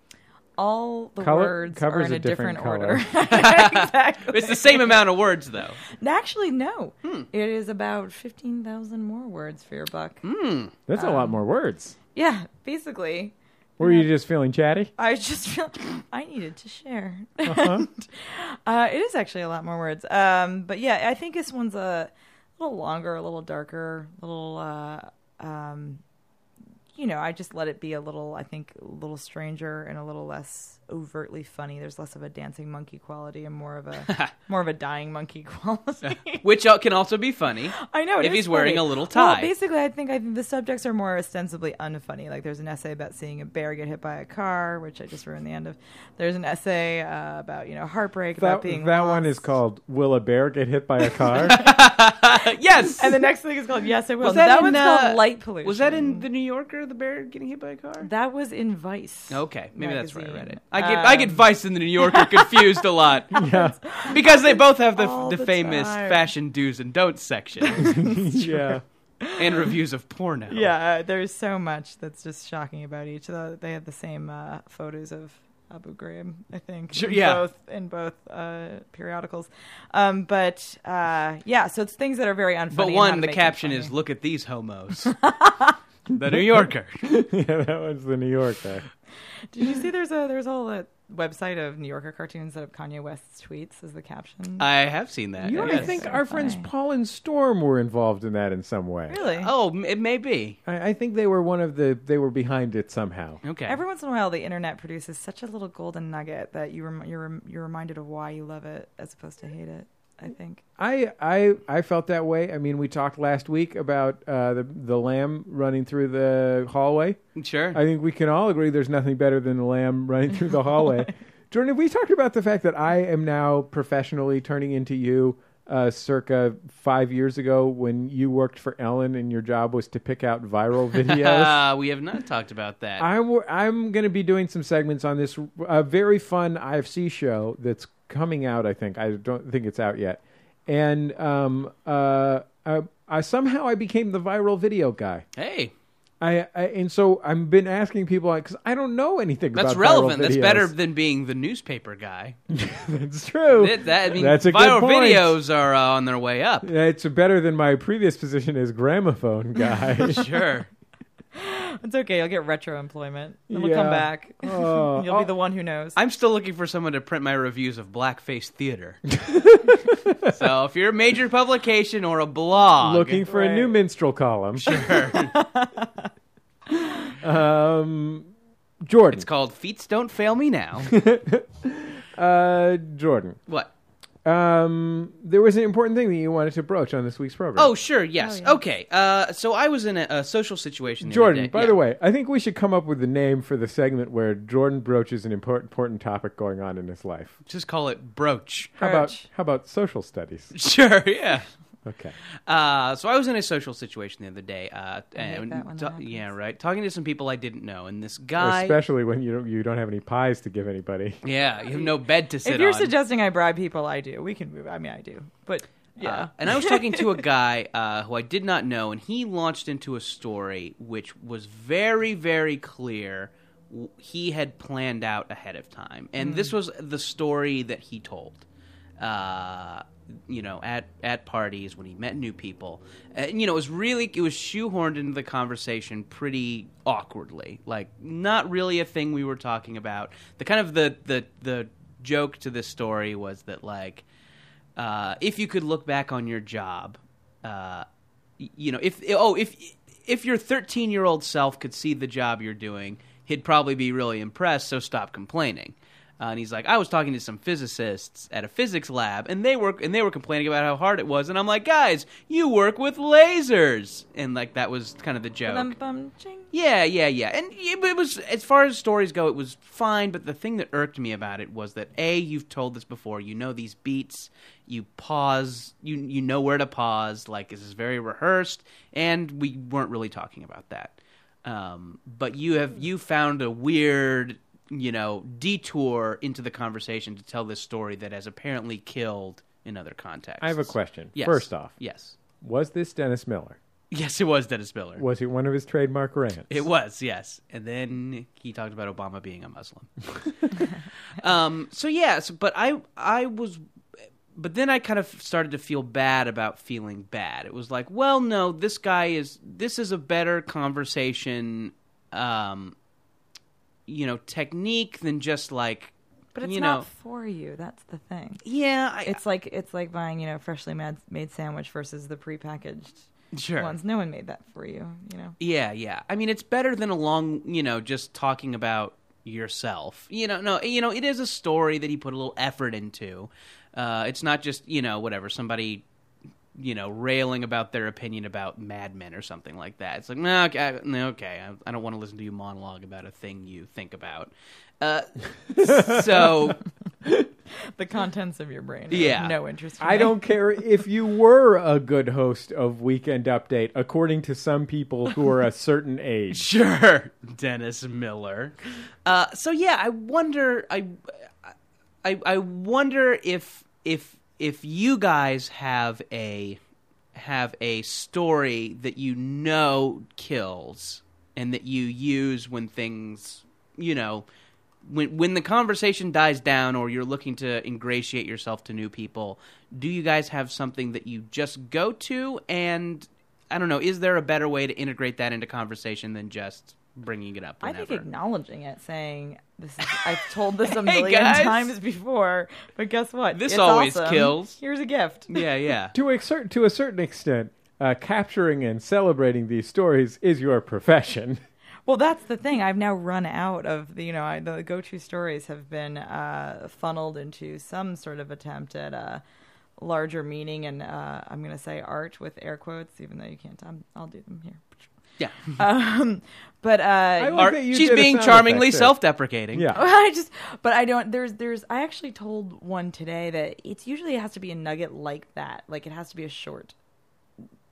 D: all the
B: Color-
D: words are
B: covers
D: in
B: a
D: a,
B: different
D: different,
B: color.
D: order? exactly.
C: It's the same amount of words though.
D: Actually, no. It is about fifteen thousand more words for your buck.
B: That's
D: um,
B: a lot more words.
D: Yeah, basically.
B: Were you just feeling chatty?
D: I just feel I needed to share. uh, it is actually a lot more words. Um, but yeah, I think this one's a little longer, a little darker, a little, uh, um, you know, I just let it be a little, I think, a little stranger and a little less overtly funny. There's less of a dancing monkey quality and more of a more of a dying monkey quality.
C: Which uh, can also be funny.
D: I know. it
C: If
D: is
C: he's wearing
D: funny.
C: a little tie.
D: Well, basically, I think I think the subjects are more ostensibly unfunny. Like there's an essay about seeing a bear get hit by a car, which I just ruined the end of. There's an essay uh, about you know heartbreak
B: That,
D: about being
B: that one is
D: lost.
B: called Will a Bear Get Hit by a Car?
C: yes.
D: And the next thing is called Yes, I Will.
C: Was
D: that,
C: that in,
D: one's
C: uh,
D: called Light Pollution.
C: was that in the New Yorker, the bear getting hit by a car?
D: That was in Vice.
C: Okay, maybe that's where I read it.
D: magazine.
C: I get I get
D: Um,
C: Vice and the New Yorker confused a lot
B: yeah.
C: because they both have the
D: All
C: the,
D: the
C: famous
D: time.
C: fashion do's and don'ts section
B: yeah.
C: and reviews of porno.
D: Yeah, uh, there's so much that's just shocking about each. Though they had the same uh, photos of Abu Ghraib, I think.
C: Sure,
D: in
C: yeah.
D: both in both uh, periodicals, um, but uh, yeah, so it's things that are very unfunny.
C: But
D: and how
C: one,
D: to
C: the
D: make them
C: caption is
D: funny.
C: "Look at these homos." the New Yorker.
B: yeah, that was the New Yorker.
D: Did you see? There's a there's a whole uh, website of New Yorker cartoons that have Kanye West's tweets as the caption.
C: I have seen that.
B: You
C: yes.
B: already think
D: so
B: our friends
D: funny.
B: Paul and Storm were involved in that in some way.
D: really?
C: Oh, m- it may be.
B: I, I think they were one of the. They were behind it somehow.
C: Okay.
D: Every once in a while, the internet produces such a little golden nugget that you rem- you're rem- you're reminded of why you love it as opposed to hate it. I think.
B: I I I felt that way. I mean, we talked last week about uh, the the lamb running through the hallway.
C: sure.
B: I think we can all agree there's nothing better than the lamb running through the hallway. Jordan, have we talked about the fact that I am now professionally turning into you uh, circa five years ago when you worked for Ellen and your job was to pick out viral videos?
C: Uh, we have not talked about that.
B: I'm I'm going to be doing some segments on this uh, very fun IFC show that's coming out. I think I don't think it's out yet, and um uh I, I somehow I became the viral video guy.
C: hey,
B: I, I and so I've been asking people because I don't know anything.
C: that's
B: about
C: relevant.
B: Viral
C: That's
B: videos.
C: better than being the newspaper guy.
B: It's true.
C: That, that- I mean,
B: That's a good
C: viral
B: point.
C: videos are uh, on their way up.
B: It's better than my previous position as gramophone guy.
C: Sure.
D: It's okay. You'll get retro employment. Then we'll
B: Yeah.
D: come back.
B: Oh,
D: You'll
B: I'll-
D: be the one who knows.
C: I'm still looking for someone to print my reviews of blackface theater. so if you're a major publication or a blog,
B: oh, looking for a new
D: Right.
B: minstrel column.
C: sure.
B: Um, Jordan,
C: It's called Feats Don't Fail Me Now.
B: uh, Jordan.
C: what?
B: Um, there was an important thing that you wanted to broach on this week's program.
C: Oh, sure. Yes.
D: Oh, yeah.
C: Okay. Uh, so I was in a, a social situation. The
B: Jordan.
C: Other day.
B: By the way, I think we should come up with a name for the segment where Jordan broaches an important important topic going on in his life.
C: just call it brooch.
B: How about
D: Broach.
B: how about social studies?
C: Sure. Yeah.
B: Okay.
C: Uh, so I was in a social situation the other day. Uh, and
D: that when that
C: ta-
D: happens.
C: yeah, right. Talking to some people I didn't know, and this guy.
B: Especially when you don't you don't have any pies to give anybody.
C: yeah, you have no bed to sit
D: if
C: on.
D: you're suggesting I bribe people, I do. We can move. I mean, I do. But Yeah.
C: Uh, and I was talking to a guy uh, who I did not know, and he launched into a story which was very, very clear. w- He had planned out ahead of time, and this was the story that he told. Uh, you know, at at parties when he met new people, and you know, it was really it was shoehorned into the conversation pretty awkwardly. Like, not really a thing we were talking about. The kind of the the the joke to this story was that like uh, if you could look back on your job, uh, y- you know, if oh, if if your 13 year old self could see the job you're doing, he'd probably be really impressed. So stop complaining. Uh, and he's like, I was talking to some physicists at a physics lab, and they were and they were complaining about how hard it was. And I'm like, guys, you work with lasers, and like that was kind of the joke.
D: Bum, bum, ching.
C: Yeah, yeah, yeah. And it it was, as far as stories go, it was fine. But the thing that irked me about it was that a, you've told this before. You know these beats. You pause. You you know where to pause. Like this is very rehearsed, and we weren't really talking about that. Um, but you have you found a weird, you know, detour into the conversation to tell this story that has apparently killed in other contexts.
B: I have a question.
C: Yes.
B: First off,
C: yes,
B: was this Dennis Miller?
C: yes, it was Dennis Miller.
B: Was it one of his trademark rants?
C: It was, yes. And then he talked about Obama being a Muslim. um, so yes, but I I was but then I kind of started to feel bad about feeling bad. It was like, well, no, this guy is this is a better conversation um you know, technique than just like
D: But it's
C: you
D: not
C: know,
D: for you. That's the thing.
C: yeah, I,
D: It's like it's like buying, you know, freshly made, made sandwich versus the prepackaged
C: sure.
D: ones. No one made that for you, you know.
C: Yeah, yeah. I mean, it's better than a long, you know, just talking about yourself. You know, no, you know, it is a story that he put a little effort into. Uh, it's not just you know whatever somebody, you know, railing about their opinion about Mad Men or something like that. It's like no, okay, no, okay. I, I don't want to listen to you monologue about a thing you think about. Uh, so
D: The contents of your brain. are
C: Yeah.
D: No interest. for
B: I
D: me.
B: don't care if you were a good host of Weekend Update, according to some people who are a certain age.
C: Sure, Dennis Miller. Uh, so yeah, I wonder. I, I I wonder if if if you guys have a have a story that you know kills and that you use when things you know when when the conversation dies down or you're looking to ingratiate yourself to new people do you guys have something that you just go to and i don't know is there a better way to integrate that into conversation than just bringing it up
D: I
C: whenever?
D: think acknowledging it, saying this is, I've told this a million
C: guys.
D: times before, but guess what?
C: This
D: It's
C: always
D: awesome.
C: kills.
D: Here's a gift.
C: yeah yeah
B: To a, cer- to a certain extent, uh, capturing and celebrating these stories is your profession.
D: Well, that's the thing. I've now run out of the, you know, I, the go-to stories have been uh, funneled into some sort of attempt at a larger meaning, and uh, I'm going to say art with air quotes, even though you can't. I'm, I'll do them here.
C: yeah
D: But uh,
B: like
C: Or-
B: that you
C: she's
B: did a
C: being
B: sound
C: charmingly
B: effect there.
C: self-deprecating
B: Yeah.
D: I just, but I don't. There's, there's. I actually told one today that it's usually it has to be a nugget like that. Like it has to be a short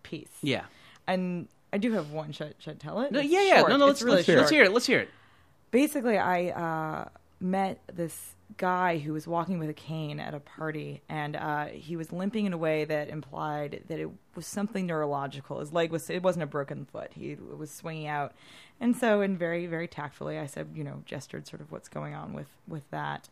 D: piece.
C: yeah
D: And I do have one. Should, should I tell it?
C: no,
D: It's
C: yeah yeah
D: short.
C: no no let's
D: It's really
C: let's, let's
D: short.
C: hear it let's hear it
D: Basically, I uh, met this guy who was walking with a cane at a party, and uh, he was limping in a way that implied that it was something neurological. His leg was. It wasn't a broken foot. He was swinging out, and so, and very, very tactfully, I said, you know, gestured sort of what's going on with with that,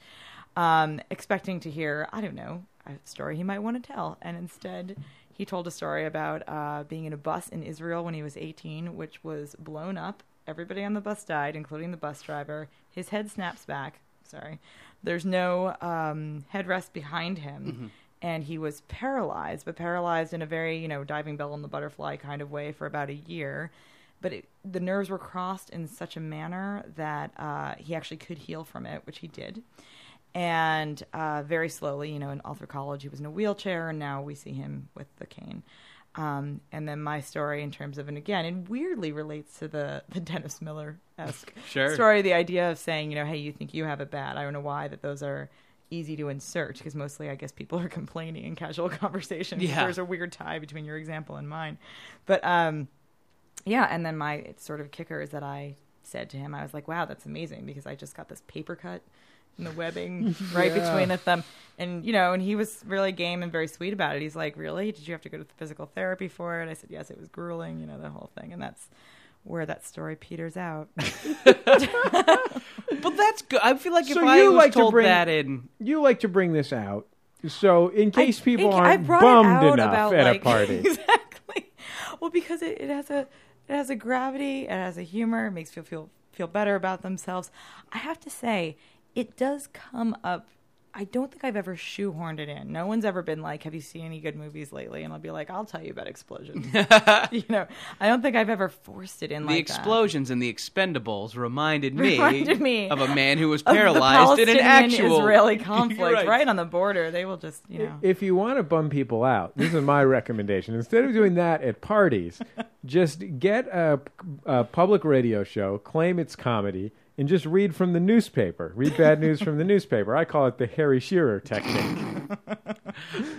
D: um, expecting to hear, I don't know, a story he might want to tell, and instead. He told a story about uh, being in a bus in Israel when he was 18, which was blown up. Everybody on the bus died, including the bus driver. His head snaps back. Sorry. There's no um, headrest behind him. And he was paralyzed, but paralyzed in a very, you know, diving bell and the butterfly kind of way for about a year. But it, the nerves were crossed in such a manner that uh, he actually could heal from it, which he did and uh, very slowly, you know, in all through college, he was in a wheelchair, and now we see him with the cane. Um, and then my story, in terms of, and again, it weirdly relates to the the Dennis Miller esque
C: Sure.
D: story. The idea of saying, you know, hey, you think you have it bad. I don't know why that those are easy to insert because mostly, I guess, people are complaining in casual conversation.
C: Yeah.
D: There's a weird tie between your example and mine, but um, yeah, and then my sort of kicker is that I said to him, I was like, "Wow, that's amazing," because I just got this paper cut and the webbing right between the thumb. And you know, and he was really game and very sweet about it. He's like, "Really? Did you have to go to physical therapy for it?" I said, "Yes, it was grueling." You know, the whole thing, and that's where that story peters out.
C: But that's good. I feel like if
B: So
C: I
B: you
C: was
B: like to
C: told
B: bring-
C: that in,
B: You like to bring this out, so in case
D: I
B: people
D: think I
B: aren't
D: brought it
B: bummed
D: out
B: enough
D: about,
B: at
D: like-
B: a party.
D: exactly. Well, because it, it has a it has a gravity, it has a humor, it makes people feel feel better about themselves. I have to say, it does come up. I don't think I've ever shoehorned it in. No one's ever been like, "Have you seen any good movies lately?" And I'll be like, "I'll tell you about Explosion." you know, I don't think I've ever forced it in
C: the
D: like that.
C: explosions and the Expendables reminded me,
D: Reminded me
C: of a man who was
D: Of the
C: paralyzed in an
D: Palestinian
C: actual
D: Israeli
C: You're
D: conflict, right. on the border. They will just, you know,
B: If you want to bum people out, this is my recommendation. Instead of doing that at parties, just get a, a public radio show, claim it's comedy, and just read from the newspaper. Read bad news from the newspaper. I call it the Harry Shearer technique.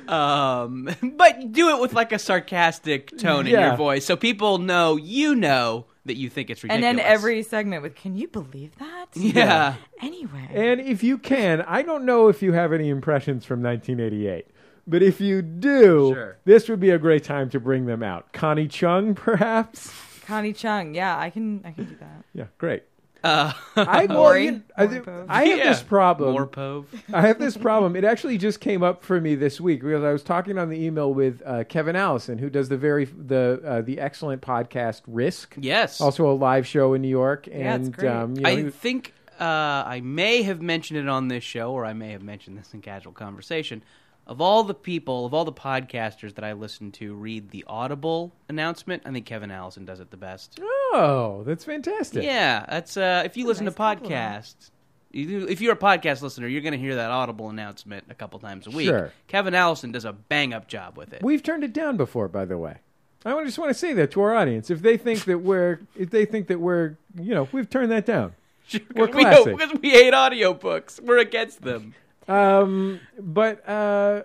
C: Um, but do it with like a sarcastic tone in
B: Yeah.
C: your voice, so people know you know that you think it's
D: and
C: ridiculous.
D: then every segment with, "Can you believe that?"
C: yeah,
D: Anyway,
B: And if you can, I don't know if you have any impressions from 1988. But if you do,
C: Sure.
B: this would be a great time to bring them out. Connie Chung, perhaps?
D: Connie Chung. Yeah, I can. I can do that.
B: Yeah, great.
C: uh,
B: I, well,
D: Maury?
B: you- I,
D: Maury
B: do-
D: Povich.
B: I have
C: Yeah.
B: this problem.
C: more pove.
B: I have this problem. It actually just came up for me this week because I was talking on the email with uh, Kevin Allison, who does the very the uh, the excellent podcast Risk,
C: Yes,
B: also a live show in New York.
D: Yeah, it's
B: And
D: great.
B: um, you know,
C: I
B: he-
C: think uh, I may have mentioned it on this show, or I may have mentioned this in casual conversation. Of all the people, of all the podcasters that I listen to read the Audible announcement, I think Kevin Allison does it the best.
B: oh, that's fantastic.
C: Yeah, that's uh, if you listen
D: nice
C: to podcasts. You, if you're a podcast listener, you're going to hear that Audible announcement a couple times a week.
B: Sure.
C: Kevin Allison does a bang up job with it.
B: We've turned it down before, by the way. I wanna- just want to say that to our audience. If they think that we're, if they think that we're, you know, we've turned that down. We're
C: We know-
B: classic.
C: because we hate audiobooks. We're against them.
B: Um, but uh,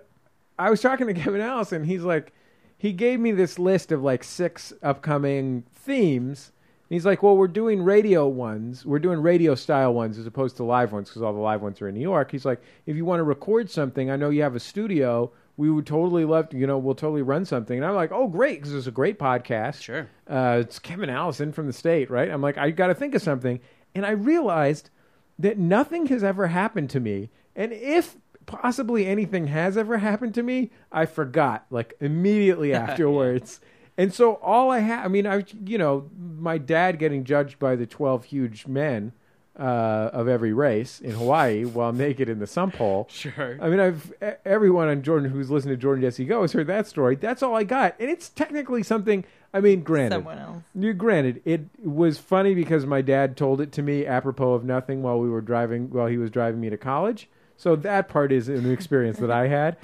B: I was talking to Kevin Allison. He's like, he gave me this list of like six upcoming themes. And he's like, well, we're doing radio ones. We're doing radio style ones as opposed to live ones because all the live ones are in New York. He's like, if you want to record something, I know you have a studio. We would totally love to, you know, we'll totally run something. And I'm like, oh, great, because it's a great podcast.
C: Sure.
B: Uh, it's Kevin Allison from the state, right? I'm like, I got to think of something. And I realized that nothing has ever happened to me. And if possibly anything has ever happened to me, I forgot like immediately afterwards. And so all I had, I mean, I, you know, my dad getting judged by the 12 huge men uh, of every race in Hawaii while naked in the sump hole.
C: Sure.
B: I mean, I've e- everyone on Jordan who's listened to Jordan Jesse Go has heard that story. That's all I got, and it's technically something. I mean, granted,
D: Someone else.
B: You granted, it was funny because my dad told it to me apropos of nothing while we were driving while he was driving me to college. So that part is an experience that I had,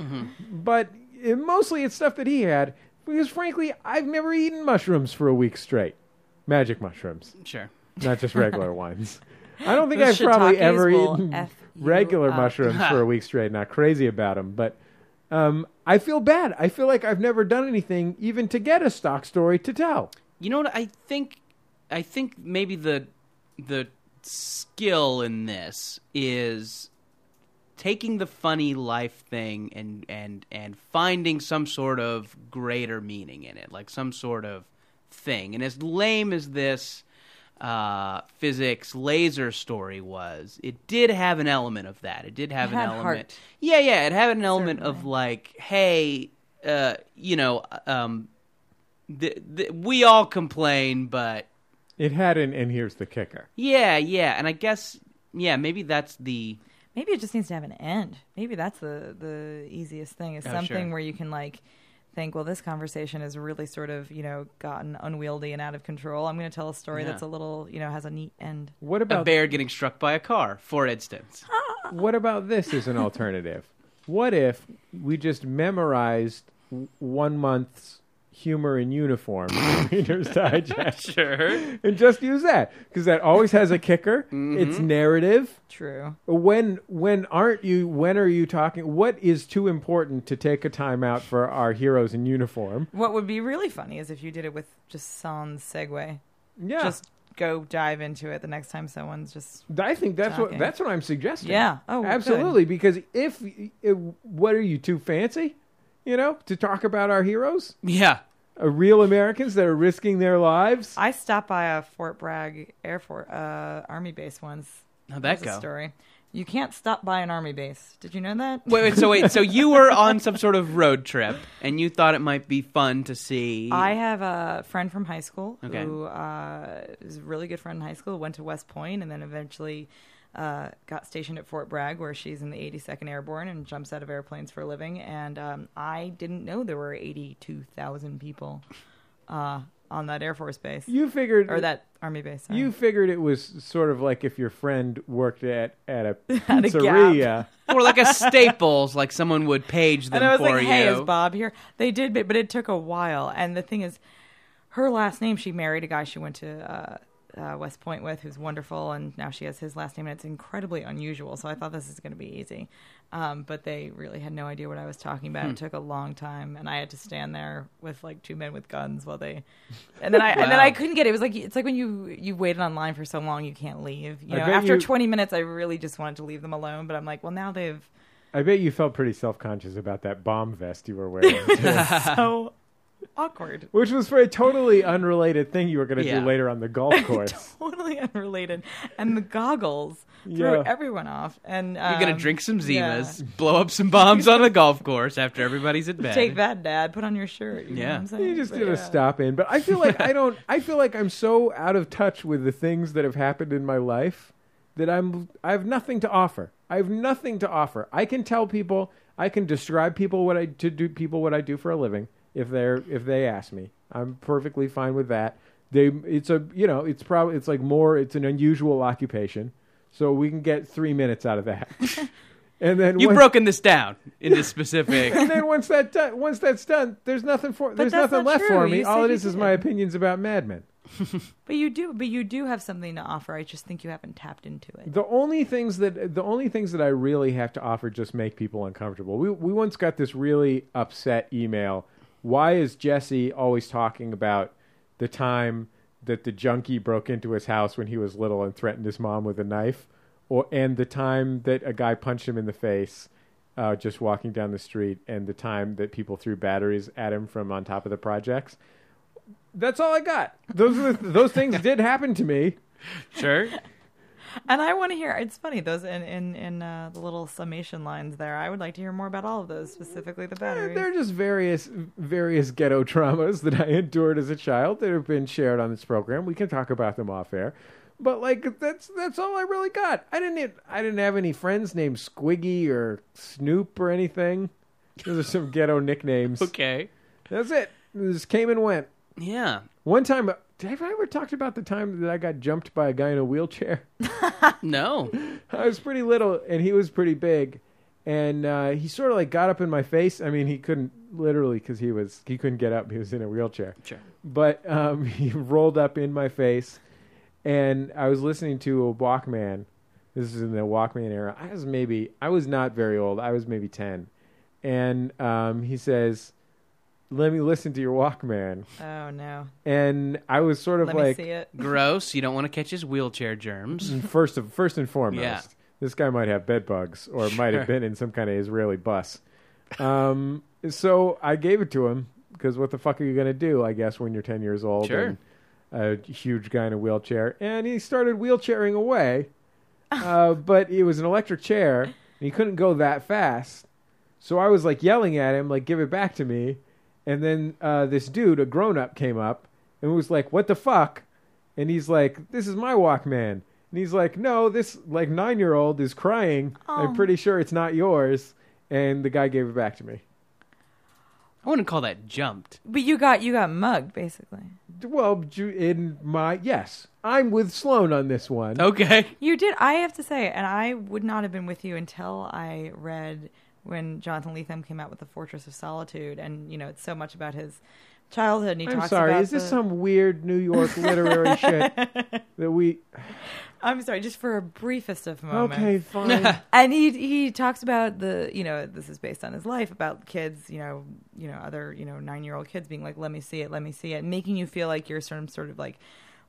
B: but it, mostly it's stuff that he had because, frankly, I've never eaten mushrooms for a week straight, magic mushrooms,
C: Sure.
B: not just regular ones. I don't think
D: Those
B: I've probably
D: shiitakes
B: ever
D: will
B: eaten
D: F you
B: regular
D: up.
B: mushrooms for a week straight. Not crazy about them, but um, I feel bad. I feel like I've never done anything even to get a stock story to tell.
C: You know what? I think, I think maybe the the skill in this is taking the funny life thing and and and finding some sort of greater meaning in it, like some sort of thing. And as lame as this uh, physics laser story was, it did have an element of that. It did have
D: It
C: an
D: had
C: element.
D: heart.
C: Yeah, yeah, it had an element of
D: Certainly.
C: like, hey, uh, you know, um, th- th- we all complain, but
B: It hadn't, and here's the kicker.
C: yeah, yeah, and I guess yeah, maybe that's the
D: Maybe it just needs to have an end. Maybe that's the the easiest thing is
C: Oh,
D: something
C: sure.
D: where you can like think, well, this conversation has really sort of you know gotten unwieldy and out of control. I'm going to tell a story
C: Yeah.
D: that's a little you know has a neat end.
B: What
C: a
B: about
C: bear getting struck by a car, for instance.
B: what about this as an alternative? what if we just memorized w- one month's humor in uniform from Reader's Digest
C: sure.
B: and just use that because that always has a kicker. It's narrative.
D: True.
B: when when aren't you when are you talking what is too important to take a time out for our heroes in uniform
D: What would be really funny is if you did it with just sans segue.
B: Yeah.
D: Just go dive into it the next time someone's just
B: I think that's what
D: Shocking.
B: that's what I'm suggesting.
D: Yeah. Oh, good.
B: absolutely. Because if, if what are you too fancy, you know, to talk about our heroes,
C: Yeah.
B: uh, real Americans that are risking their lives.
D: I stopped by a Fort Bragg Air Force uh, Army base once.
C: How'd that
D: That's a
C: go?
D: story. You can't stop by an army base. Did you know that?
C: Wait, wait, so wait, so you were on some sort of road trip and you thought it might be fun to see.
D: I have a friend from high school
C: Okay.
D: who uh, is a really good friend in high school. Went to West Point and then eventually uh, got stationed at Fort Bragg, where she's in the 82nd Airborne and jumps out of airplanes for a living. And um, I didn't know there were 82,000 people uh, on that Air Force base
B: You figured
D: or that Army base. sorry.
B: You figured it was sort of like if your friend worked at at a
D: At a Gap.
B: pizzeria.
C: or like a Staples, like someone would page them
D: and I was
C: for
D: like,
C: you.
D: "Hey, is Bob here?" They did, but, but it took a while. And the thing is, her last name. She married a guy she went to uh, uh, West Point with, who's wonderful, and now she has his last name, and it's incredibly unusual. So I thought this is going to be easy, um, but they really had no idea what I was talking about. It took a long time, and I had to stand there with like two men with guns while they, and then I and then
C: Wow.
D: I couldn't get it. It was like it's like when you you waited online for so long you can't leave. You
B: I
D: know,
B: bet
D: after
B: you-
D: twenty minutes, I really just wanted to leave them alone, but I'm like, well, now they've.
B: I bet you felt pretty self conscious about that bomb vest you were wearing,
D: so awkward.
B: which was for a totally unrelated thing you were going to
C: Yeah.
B: do later on the golf course.
D: Totally unrelated. And the goggles threw
B: Yeah.
D: everyone off. And um,
C: You're gonna drink some
D: yeah.
C: Zimas, blow up some bombs on a golf course after everybody's at bed.
D: Take that, Dad. Put on your shirt. You know
C: Yeah.
D: what I'm saying?
B: You just
D: But
B: did a
D: yeah.
B: stop in, but I feel like I don't. I feel like I'm so out of touch with the things that have happened in my life that I'm. I have nothing to offer. I have nothing to offer. I can tell people. I can describe people what I to do. People what I do for a living. If they're if they ask me, I'm perfectly fine with that. They. It's a. You know. It's probably. It's like more. It's an unusual occupation. So we can get three minutes out of that. and then
C: You've
B: once,
C: broken this down into specific.
B: and then once that done, once that's done, there's nothing for there's
D: that's
B: nothing
D: not
B: left
D: true.
B: for me.
D: You
B: All
D: said
B: it
D: you
B: is is
D: did.
B: my opinions about Mad Men.
D: But you do. But you do have something to offer. I just think you haven't tapped into it.
B: The only things that the only things that I really have to offer just make people uncomfortable. We we once got this really upset email. Why is Jesse always talking about the time that the junkie broke into his house when he was little and threatened his mom with a knife, or and the time that a guy punched him in the face? uh, just walking down the street and the time that people threw batteries at him from on top of the projects. That's all I got. Those are the, those things did happen to me.
C: sure.
D: And I want to hear. It's funny those in in in uh, the little summation lines there. I would like to hear more about all of those, specifically the batteries.
B: They're just various various ghetto traumas that I endured as a child that have been shared on this program. We can talk about them off air. But like that's that's all I really got. I didn't have- I didn't have any friends named Squiggy or Snoop or anything. Those are some ghetto nicknames.
C: Okay.
B: That's it. It just came and went.
C: Yeah.
B: One time, did I ever talked about the time that I got jumped by a guy in a wheelchair?
C: No.
B: I was pretty little, and he was pretty big, and uh, he sort of like got up in my face. I mean, he couldn't literally because he was he couldn't get up. He was in a wheelchair.
C: Sure.
B: But um, he rolled up in my face, and I was listening to a Walkman. This is in the Walkman era. I was maybe I was not very old. I was maybe ten, and um, he says, "Let me listen to your Walkman."
D: oh no!
B: And I was sort of
D: Let
B: like,
D: me see it.
C: Gross. You don't want to catch his wheelchair germs.
B: Mm, first of first and foremost,
C: Yeah.
B: this guy might have bed bugs or might have been in some kind of Israeli bus. Um, so I gave it to him because what the fuck are you going to do? I guess when you're ten years old,
C: Sure.
B: and a huge guy in a wheelchair, and he started wheelchairing away. uh, but it was an electric chair, and he couldn't go that fast. So I was like yelling at him, like, "Give it back to me!" And then uh, this dude, a grown up, came up and was like, "What the fuck?" And he's like, "This is my Walkman." And he's like, "No, this like nine year old is crying.
D: Oh.
B: I'm pretty sure it's not yours." And the guy gave it back to me.
C: I wouldn't call that jumped.
D: But you got you got mugged basically.
B: Well, ju- in my yes, I'm with Sloan on this one.
D: Oh,
C: Okay.
D: You did. I have to say, and I would not have been with you until I read when Jonathan Lethem came out with The Fortress of Solitude, and you know, it's so much about his childhood. And he
B: I'm
D: talks
B: sorry.
D: about
B: Is this
D: the-
B: some weird New York literary shit that we?
D: I'm sorry, just for a briefest of moments.
B: Okay, fine.
D: and he he talks about the you know this is based on his life about kids you know you know other you know nine year old kids being like let me see it let me see it making you feel like you're some sort of like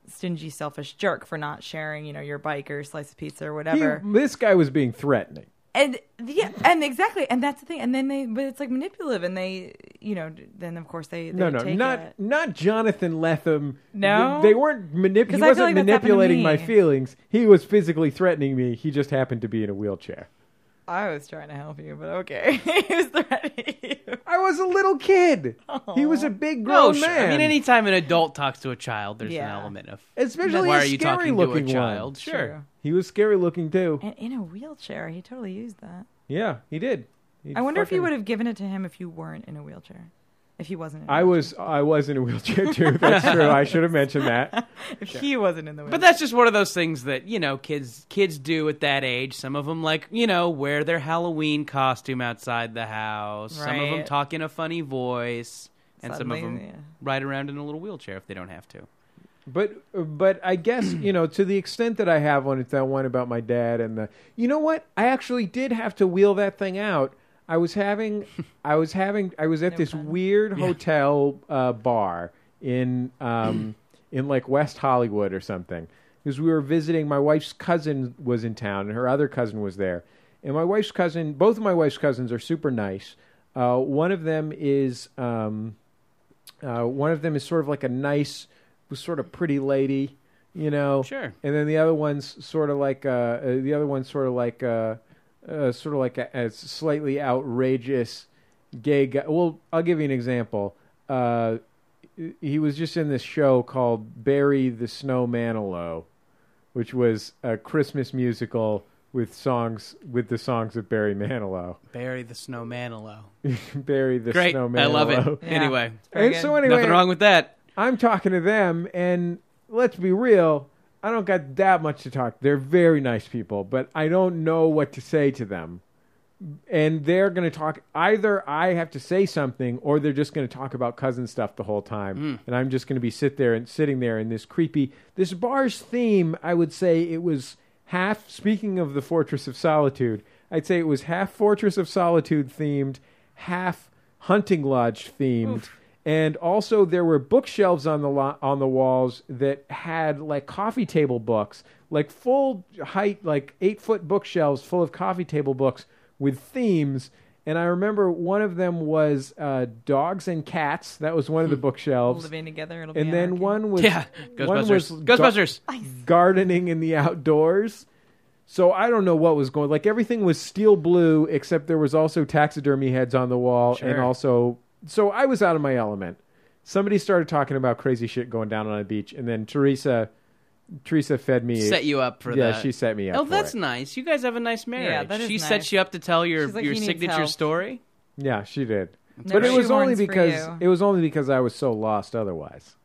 D: stingy, selfish jerk for not sharing, you know, your bike or your slice of pizza or
B: He-
D: whatever.
B: this guy was being threatening.
D: and yeah, and exactly, and that's the thing. And then they, but it's like manipulative, and they, you know, then of course they, they
B: No, no,
D: take
B: not
D: it.
B: not Jonathan Lethem.
D: No?
B: they weren't manip- He
D: 'Cause I feel
B: wasn't
D: like that's happened to
B: manipulating my
D: me.
B: feelings. He was physically threatening me. He just happened to be in a wheelchair.
D: I was trying to help you, but okay, he was threatening you.
B: I was a little kid. He was a big grown
C: oh, sure.
B: man.
C: I mean, anytime an adult talks to a child, there's an
D: Yeah.
C: element of
B: Especially
C: why
B: a
C: are you
B: scary
C: talking
B: looking
C: to a child?
B: One.
C: Sure.
B: He was scary looking too.
D: And in a wheelchair, he totally used that.
B: Yeah, he did. He
D: I wonder if you
B: fucking-
D: would have given it to him if you weren't in a wheelchair. If he wasn't, in a
B: I
D: wheelchair.
B: was I was in a wheelchair too. That's true. I should have mentioned that.
D: If he wasn't in the wheelchair,
C: But that's just one of those things that you know kids kids do at that age. Some of them like you know wear their Halloween costume outside the house. Some of them
D: Right.
C: talk in a funny voice, and some of
D: Suddenly,
C: them
D: yeah.
C: ride around in a little wheelchair if they don't have to.
B: But but I guess you know to the extent that I have one, it's that one about my dad and the. You know what? I actually did have to wheel that thing out. I was having I was having I was at this weird hotel uh, bar in um, in like West Hollywood or something because we were visiting. My wife's cousin was in town and her other cousin was there, and my wife's cousin. Both of my wife's cousins are super nice. Uh, one of them is. Um, uh, one of them is sort of like a nice, sort of pretty lady, you know.
C: Sure.
B: And then the other one's sort of like uh, uh, the other one's sort of like uh, uh, sort of like a, a slightly outrageous gay guy. Well, I'll give you an example. Uh, he was just in this show called Barry the Snowmanalo, which was a Christmas musical with songs with the songs of Barry Manilow.
C: Barry the Snowmanalo.
B: Barry the
C: Great,
B: Snowman.
C: I love it.
D: Yeah.
C: Anyway,
B: And
D: Very good.
B: so anyway,
C: nothing wrong with that.
B: I'm talking to them, and let's be real, I don't got that much to talk. They're very nice people, but I don't know what to say to them. And they're going to talk either I have to say something or they're just going to talk about cousin stuff the whole time. And I'm just going to be sit there and sitting there in this creepy this bar's theme, I would say it was half speaking of the Fortress of Solitude, I'd say it was half Fortress of Solitude themed, half hunting lodge themed and also there were bookshelves on the lo- on the walls that had like coffee table books, like full height, like eight foot bookshelves full of coffee table books with themes. And I remember one of them was uh, dogs and cats. That was one of the bookshelves.
D: living together, it'll be
B: And then
D: anarchy.
B: one was
C: Yeah,
B: one was
C: Ghostbusters. Ghostbusters.
B: gar- gardening in the outdoors. So I don't know what was going. Like everything was steel blue, except there was also taxidermy heads on the wall, and
C: Sure.
B: also. So I was out of my element. Somebody started talking about crazy shit going down on a beach, and then Teresa, Teresa fed me.
C: Set you up for
B: yeah,
C: that.
B: she set me up.
C: Oh,
B: for
C: that's
B: it.
C: nice. You guys have a nice marriage.
D: that is
C: she sets
D: nice.
C: you up to tell your
D: She's like,
C: your
D: "He needs
C: signature
D: help."
C: story.
B: Yeah, she did.
D: No
B: but it was only
D: shoehorns for
B: because
D: you.
B: it was only because I was so lost. Otherwise,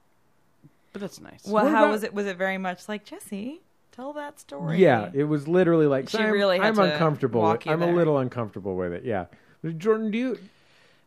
C: But that's nice.
D: Well,
B: What
D: how
B: about-
D: was it? Was it very much like Jesse? Tell that story.
B: yeah, it was literally like
D: She
B: I'm,
D: really had
B: I'm
D: to
B: uncomfortable.
D: walk
B: with-
D: you
B: I'm a
D: there.
B: little uncomfortable with it. Yeah, Jordan, do you?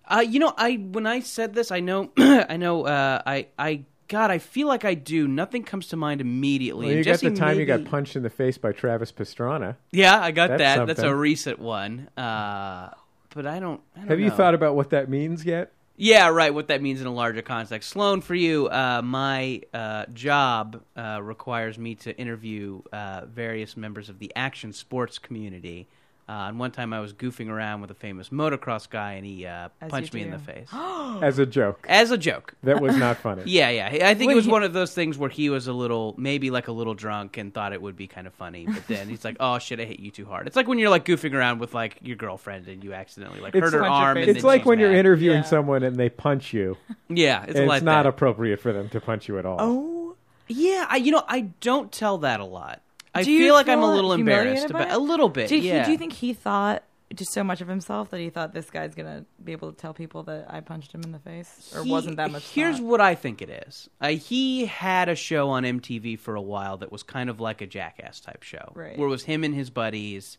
C: Uh, you know, I when I said this, I know, I know, uh, I, I, God, I feel like I do. Nothing comes to mind immediately.
B: Well,
C: And
B: you got
C: Jesse
B: the time you got
C: maybe-
B: punched in the face by Travis Pastrana.
C: Yeah, I got
B: That's
C: that. That's a
B: something.
C: recent one. Uh, but I don't. I don't
B: Have you
C: know.
B: thought about what that means yet?
C: Yeah, right. What that means in a larger context. Sloan, for you, uh, my uh, job uh, requires me to interview uh, various members of the action sports community. Uh, and one time I was goofing around with a famous motocross guy, and he uh,
D: As
C: punched
D: you
C: me in
D: do.
C: the face
B: As a joke.
C: as a joke.
B: That was not funny.
C: Yeah, yeah. I think
D: Wait,
C: it was
D: he-
C: one of those things where he was a little, maybe like a little drunk and thought it would be kind of funny. But then he's like, oh, shit, I hit you too hard. It's like when you're like goofing around with like your girlfriend and you accidentally like
B: It's
C: hurt her
B: like-
C: arm. And
B: It's
C: then
B: like
C: she's
B: when you're
C: mad.
B: interviewing
D: Yeah.
B: someone and they punch you.
C: Yeah, it's,
B: and it's
C: like
B: not
C: that.
B: appropriate for them to punch you at all.
D: Oh,
C: Yeah, I, you know, I don't tell that a lot. I
D: Do you
C: feel like I'm a
D: feel
C: little
D: humiliated
C: embarrassed
D: by
C: about
D: it?
C: a little bit.
D: Did
C: yeah.
D: he, do you think he thought just so much of himself that he thought this guy's gonna be able to tell people that I punched him in the face, or
C: He-
D: wasn't that much?
C: Here's
D: thought?
C: what I think it is. Uh, he had a show on MTV for a while that was kind of like a Jackass type show,
D: Right.
C: where it was him and his buddies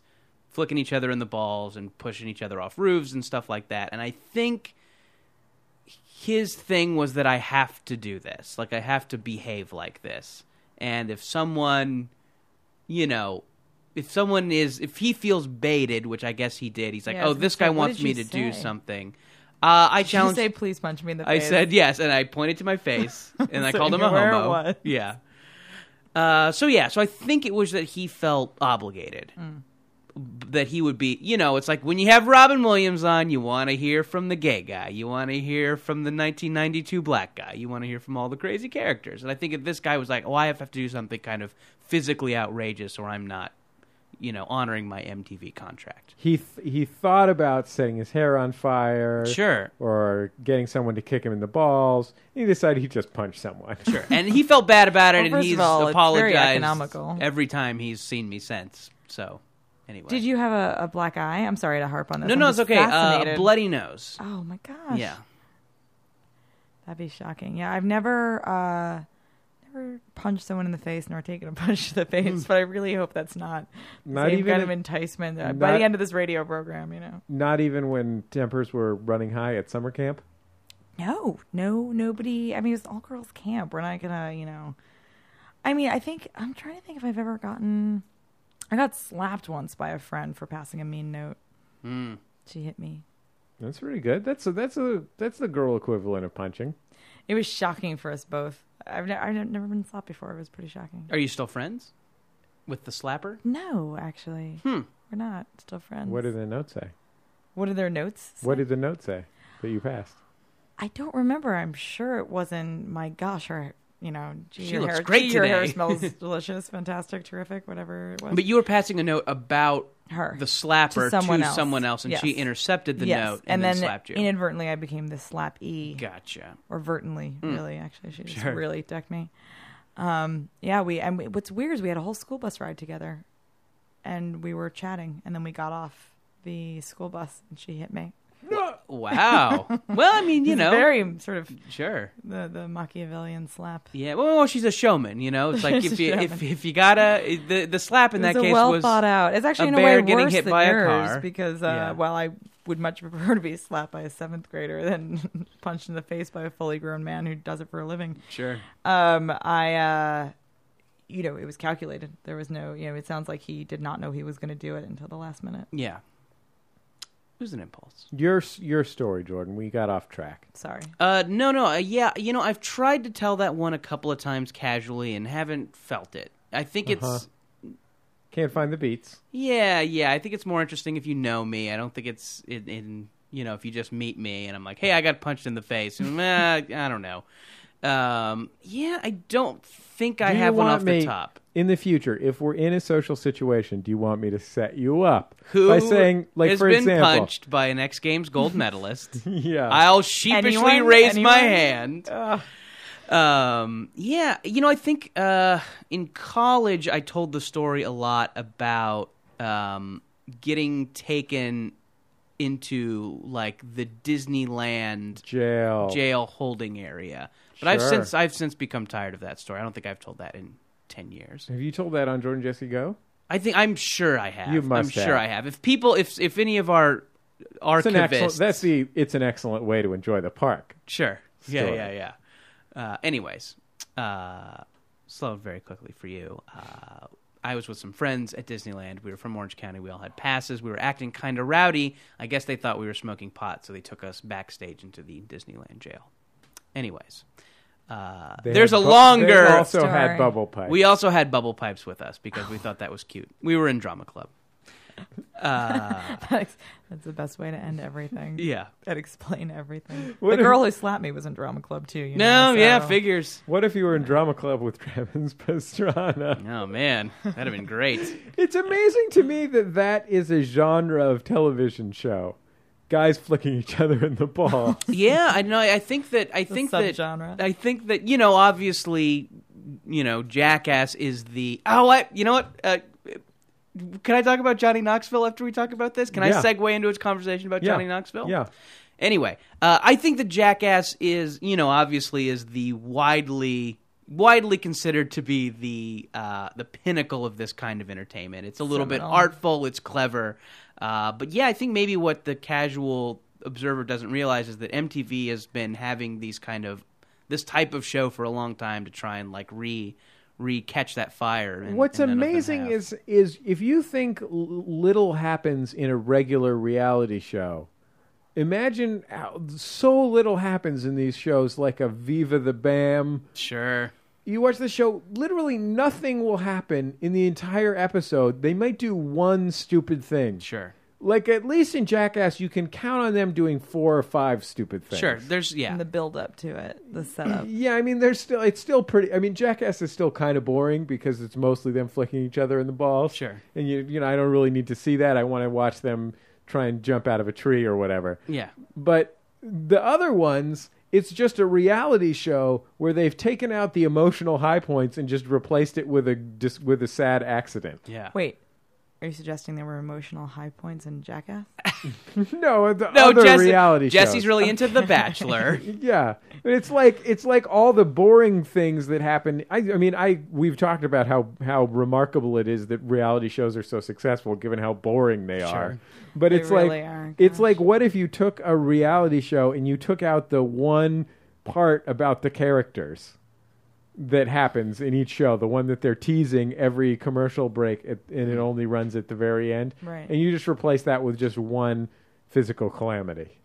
C: flicking each other in the balls and pushing each other off roofs and stuff like that. And I think his thing was that I have to do this, like I have to behave like this, and if someone, you know. If someone is, if he feels baited, which I guess he did, he's like,
D: Yeah, I
C: "Oh,
D: was gonna
C: this
D: say,
C: guy
D: what
C: wants
D: did
C: me to
D: you
C: do
D: say?
C: something." Uh, I
D: Did you
C: challenge.
D: say, please punch me in the
C: I
D: face.
C: said yes, and I pointed to my face, and I
D: So
C: called him
D: you
C: a
D: were
C: homo.
D: one.
C: Yeah, Uh, so yeah, so I think it was that he felt obligated
D: Hmm.
C: B- that he would be. You know, it's like when you have Robin Williams on, you want to hear from the gay guy, you want to hear from the 1992 black guy, you want to hear from all the crazy characters. And I think if this guy was like, "Oh, I have to do something kind of physically outrageous, or I'm not." You know, honoring my MTV contract.
B: He th- he thought about setting his hair on fire,
C: Sure.
B: or getting someone to kick him in the balls. He decided he'd just punch someone.
C: Sure. And he felt bad about it,
D: Well,
C: and
D: first
C: he's
D: of all, it's very
C: apologized
D: economical.
C: every time he's seen me since. So, anyway.
D: Did you have a, a black eye? I'm sorry to harp on this.
C: No,
D: I'm
C: no, it's
D: just
C: okay. Uh,
D: fascinated.
C: bloody nose.
D: Oh my gosh.
C: Yeah.
D: That'd be shocking. Yeah, I've never uh never punched someone in the face nor taken a punch to the face,
C: Hmm.
D: but I really hope that's not, the
B: Not
D: same
B: even
D: kind
B: a-
D: of enticement uh, by
B: not-
D: the end of this radio program, you know.
B: Not even when tempers were running high at summer camp.
D: No, no, nobody. I mean, it's all girls camp. We're not gonna, you know. I mean, I think I'm trying to think if I've ever gotten. I got slapped once by a friend for passing a mean note.
C: Hmm.
D: She hit me.
B: That's pretty good. That's a, that's a that's the girl equivalent of punching.
D: It was shocking for us both. I've, ne- I've never been slapped before. It was pretty shocking.
C: Are you still friends with the slapper?
D: No, actually,
C: Hmm.
D: we're not still friends.
B: What did the note say?
D: What are their notes? say?
B: What did the note say that you passed?
D: I don't remember. I'm sure it wasn't. My gosh, her. You know, gee,
C: She
D: your
C: looks
D: hair,
C: great
D: gee, your hair
C: today.
D: smells delicious, fantastic, terrific, whatever it was.
C: But you were passing a note about
D: Her.
C: the slapper
D: To someone else.
C: someone else, and she
D: Yes.
C: intercepted the
D: Yes,
C: note and, then, slapped you.
D: Inadvertently, I became the slap E,
C: gotcha.
D: or vertently, really. Actually, she just
C: Mm. Sure.
D: really decked me. Um, yeah, we and we, what's weird is we had a whole school bus ride together, and we were chatting, and then we got off the school bus, and she hit me.
C: Wow. well, I mean, you
D: It's
C: know,
D: very um, sort of
C: sure.
D: the the Machiavellian slap.
C: Yeah. Well, she's a showman. You know, it's like
D: She's
C: if
D: a
C: you if,
D: showman.
C: if you gotta the the slap in
D: It was
C: that
D: a
C: case
D: well
C: was
D: thought out. It's actually
C: a
D: in a
C: bear
D: way
C: getting
D: worse
C: hit
D: than
C: by a
D: yours
C: car.
D: because, uh,
C: Yeah.
D: well, I would much prefer to be slapped by a seventh grader than punched in the face by a fully grown man who does it for a living.
C: sure.
D: um i uh you know it was calculated there was no you know it sounds like he did not know he was going to do it until the last minute
C: Yeah. It was an impulse.
B: Your your story, Jordan. We got off track.
D: sorry
C: Uh, no, no, uh, yeah, you know, I've tried to tell that one a couple of times casually and haven't felt it. I think
B: Uh-huh.
C: it's,
B: Can't find the beats.
C: yeah, yeah, I think it's more interesting if you know me. I don't think it's in, in you know, if you just meet me and I'm like, hey, I got punched in the face. Mm, eh, I don't know. Um, yeah, I don't think I
B: Do you
C: have one
B: want
C: off
B: me-
C: the top.
B: In the future, if we're in a social situation, do you want me to set you up
C: Who
B: by saying, like,
C: has
B: for
C: been
B: example,
C: punched by an X Games gold medalist?
B: yeah,
C: I'll sheepishly
D: Anyone?
C: raise my
D: Anyone?
C: hand. Um, yeah, you know, I think uh, in college I told the story a lot about um, getting taken into like the Disneyland
B: jail.
C: jail holding area. But I've
B: Oh. Sure.
C: since I've since become tired of that story. I don't think I've told that in ten years.
B: Have you told that on Jordan Jesse Go?
C: I think I'm sure I have.
B: You must
C: I'm
B: have.
C: sure I have. If people, if if any of our
B: It's an excellent.
C: archivists,
B: That's the. It's an excellent way to enjoy the park.
C: Sure.
B: story.
C: Yeah, yeah, yeah. Uh, anyways, uh, slow very quickly for you. Uh, I was with some friends at Disneyland. We were from Orange County. We all had passes. We were acting kind of rowdy. I guess they thought we were smoking pot, so they took us backstage into the Disneyland jail. Anyways, uh,
B: They
C: there's a
B: had bu-
C: longer.
B: They also had
D: Story.
B: bubble pipe.
C: We also had bubble pipes with us because we thought that was cute. We were in drama club. Uh,
D: that's the best way to end everything
C: Yeah.
D: that explain everything
B: What
D: the
B: if-
D: girl who slapped me was in drama club too you
C: No,
D: know,
C: yeah,
D: so-
C: figures.
B: what if you were in drama club with Travis Pastrana?
C: Oh man, that'd have been great.
B: It's amazing to me that that is a genre of television show. Guys flicking each other in the ball.
C: Yeah, I know. I think that I think
D: subgenre.
C: that I think that you know, obviously, you know, Jackass is the. Oh, I. You know what? Uh, can I talk about Johnny Knoxville after we talk about this? Can
B: Yeah.
C: I segue into his conversation about
B: Yeah.
C: Johnny Knoxville?
B: Yeah.
C: Anyway, uh, I think that Jackass is, you know, obviously is the widely widely considered to be the uh, the pinnacle of this kind of entertainment. It's a little
D: Seminal.
C: bit artful, it's clever, uh, but yeah, I think maybe what the casual observer doesn't realize is that MTV has been having these kind of this type of show for a long time to try and like re re catch that fire. And,
B: What's
C: and none of them
B: amazing
C: have.
B: is is if you think l- little happens in a regular reality show, imagine how so little happens in these shows like a Viva the Bam
C: sure
B: you watch the show, literally nothing will happen in the entire episode. They might do one stupid thing.
C: Sure.
B: Like at least in Jackass, you can count on them doing four or five stupid things.
C: Sure. There's yeah.
D: and the build up to it, the setup.
B: Yeah, I mean, there's still it's still pretty. I mean, Jackass is still kind of boring because it's mostly them flicking each other in the balls.
C: Sure.
B: And you you know I don't really need to see that. I want to watch them try and jump out of a tree or whatever.
C: yeah.
B: But the other ones, it's just a reality show where they've taken out the emotional high points and just replaced it with a just with a sad accident.
C: Yeah.
D: Wait, are you suggesting there were emotional high points in Jackass?
B: No, the
C: No,
B: other
C: Jesse,
B: reality
C: Jesse's
B: shows.
C: really into The Bachelor.
B: Yeah, but it's like it's like all the boring things that happen. I, I mean, I we've talked about how how remarkable it is that reality shows are so successful, given how boring they are. But
D: They
B: it's
D: really
B: like
D: are,
B: it's
D: gosh.
B: like what if you took a reality show and you took out the one part about the characters that happens in each show, the one that they're teasing every commercial break, at, and it only runs at the very end.
D: Right.
B: And you just replace that with just one physical calamity.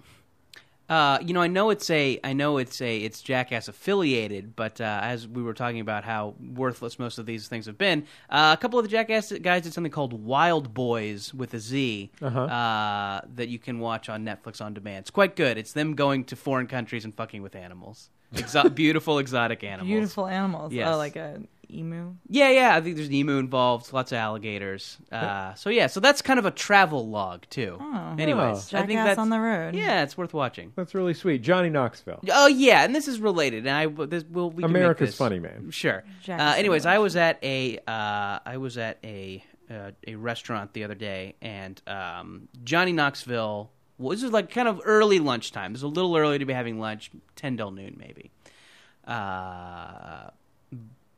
C: Uh, you know, I know it's a, I know it's a, it's Jackass affiliated, but uh, as we were talking about how worthless most of these things have been, uh, a couple of the Jackass guys did something called Wild Boys with a Z,
B: Uh-huh.
C: uh, that you can watch on Netflix on demand. It's quite good. It's them going to foreign countries and fucking with animals, Exo- beautiful exotic animals.
D: Beautiful animals.
C: Yes.
D: Oh, like an emu.
C: Yeah, yeah. I think there's an emu involved, lots of alligators. Uh, so yeah, so that's kind of a travel log too. Anyways, I think
D: Oh. Jackass
C: that's
D: on the road.
C: Yeah, it's worth watching.
B: That's really sweet, Johnny Knoxville.
C: Oh yeah, and this is related, and I w- this will we can make
B: America's
C: this-
B: Funny Man.
C: Sure.
D: Jack
C: Uh,
D: is
C: anyways,
D: similar.
C: I was at a uh, I was at a uh, a restaurant the other day, and um, Johnny Knoxville. Well, this is like kind of early lunchtime. It was a little early to be having lunch, ten till noon maybe. Uh,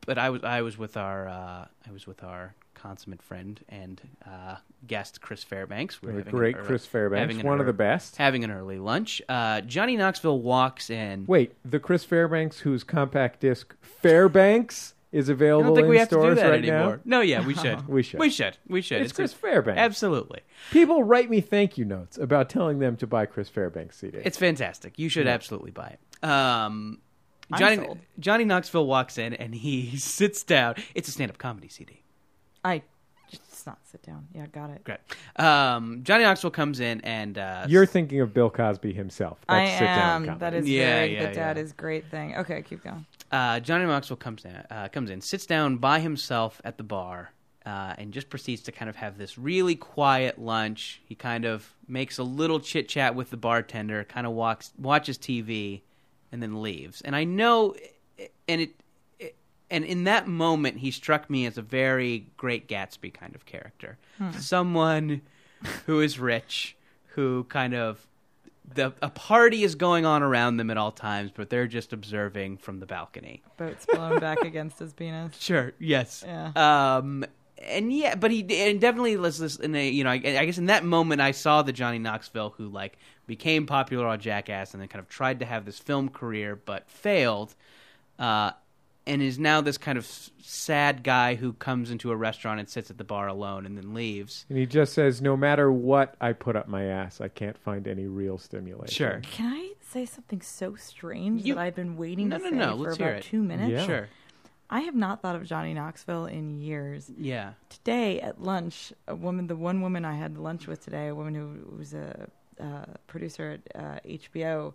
C: but I was I was with our uh, I was with our consummate friend and uh, guest Chris Fairbanks. We were
B: The
C: having an
B: great
C: ear-
B: Chris Fairbanks,
C: having an
B: one of
C: ear-
B: the best.
C: Having an early lunch. Uh, Johnny Knoxville walks in.
B: Wait, the Chris Fairbanks, whose compact disc Fairbanks is
C: I
B: available
C: don't think
B: in
C: we have to
B: stores
C: do that
B: right
C: anymore. No, yeah, we should.
B: We should.
C: We should. We should.
B: It's Chris
C: a-
B: Fairbanks.
C: Absolutely.
B: now. People write me thank you notes about telling them to buy Chris Fairbanks CD.
C: It's fantastic. You should absolutely buy it. Um,
D: I'm
C: Johnny
D: sold.
C: Johnny Knoxville walks in and he sits down. It's a stand-up comedy CD.
D: I just not sit down. Yeah, got it.
C: Great. Um, Johnny Knoxville comes in and uh,
B: You're thinking of Bill Cosby himself. That's
D: I
B: sit-down
D: am.
B: comedy.
D: That is
C: Yeah,
D: very
C: yeah,
D: the dad
C: yeah.
D: is great thing. Okay, keep going.
C: uh, Johnny Knoxville comes in, uh, comes in, sits down by himself at the bar, uh, and just proceeds to kind of have this really quiet lunch. He kind of makes a little chit chat with the bartender, kind of walks, watches TV, and then leaves. And I know, and it, it and in that moment, he struck me as a very Great Gatsby kind of character, someone who is rich, who kind of the a party is going on around them at all times, but they're just observing from the balcony.
D: Boats blown back against his penis.
C: Sure. Yes.
D: Yeah.
C: Um. And yeah, but he and definitely was this in a you know I, I guess in that moment I saw the Johnny Knoxville who like became popular on Jackass and then kind of tried to have this film career but failed, uh, and is now this kind of s- sad guy who comes into a restaurant and sits at the bar alone and then leaves.
B: And he just says, no matter what I put up my ass, I can't find any real stimulation.
C: Sure.
D: Can I say something so strange
C: You-
D: that I've been waiting
C: No,
D: to
C: no,
D: say
C: no,
D: for
C: let's
D: about
C: hear it.
D: two minutes?
B: Yeah.
C: Sure.
D: I have not thought of Johnny Knoxville in years.
C: Yeah.
D: Today at lunch, a woman, the one woman I had lunch with today, a woman who was a uh, producer at uh, HBO,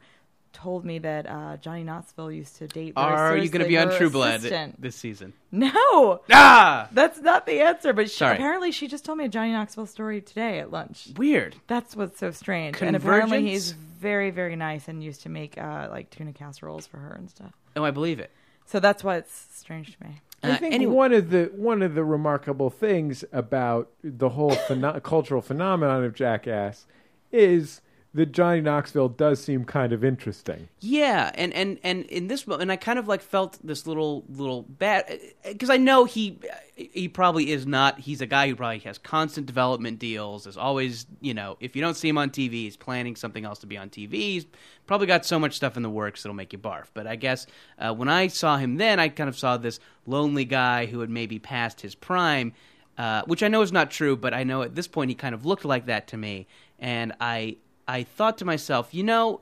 D: told me that uh, Johnny Knoxville used to date. very
C: Are you going to
D: seriously
C: be on
D: her
C: True Blood
D: assistant.
C: this season?
D: No,
C: Ah.
D: that's not the answer. But she,
C: Sorry.
D: apparently, she just told me a Johnny Knoxville story today at lunch.
C: Weird.
D: That's what's so strange. And apparently,
C: Convergence?
D: he's very, very nice and used to make uh, like tuna casseroles for her and stuff.
C: Oh, I believe it.
D: So that's why it's strange to me.
B: I
C: Uh,
B: think
C: anyway-
B: one of the one of the remarkable things about the whole pheno- cultural phenomenon of Jackass is that Johnny Knoxville does seem kind of interesting.
C: Yeah, and and and in this moment, and I kind of like felt this little little bad because I know he he probably is not. He's a guy who probably has constant development deals. Is always you know if you don't see him on TV, he's planning something else to be on TV. He's probably got so much stuff in the works that'll make you barf. But I guess uh, when I saw him then, I kind of saw this lonely guy who had maybe passed his prime. Uh, which I know is not true, but I know at this point he kind of looked like that to me, and I I thought to myself, you know,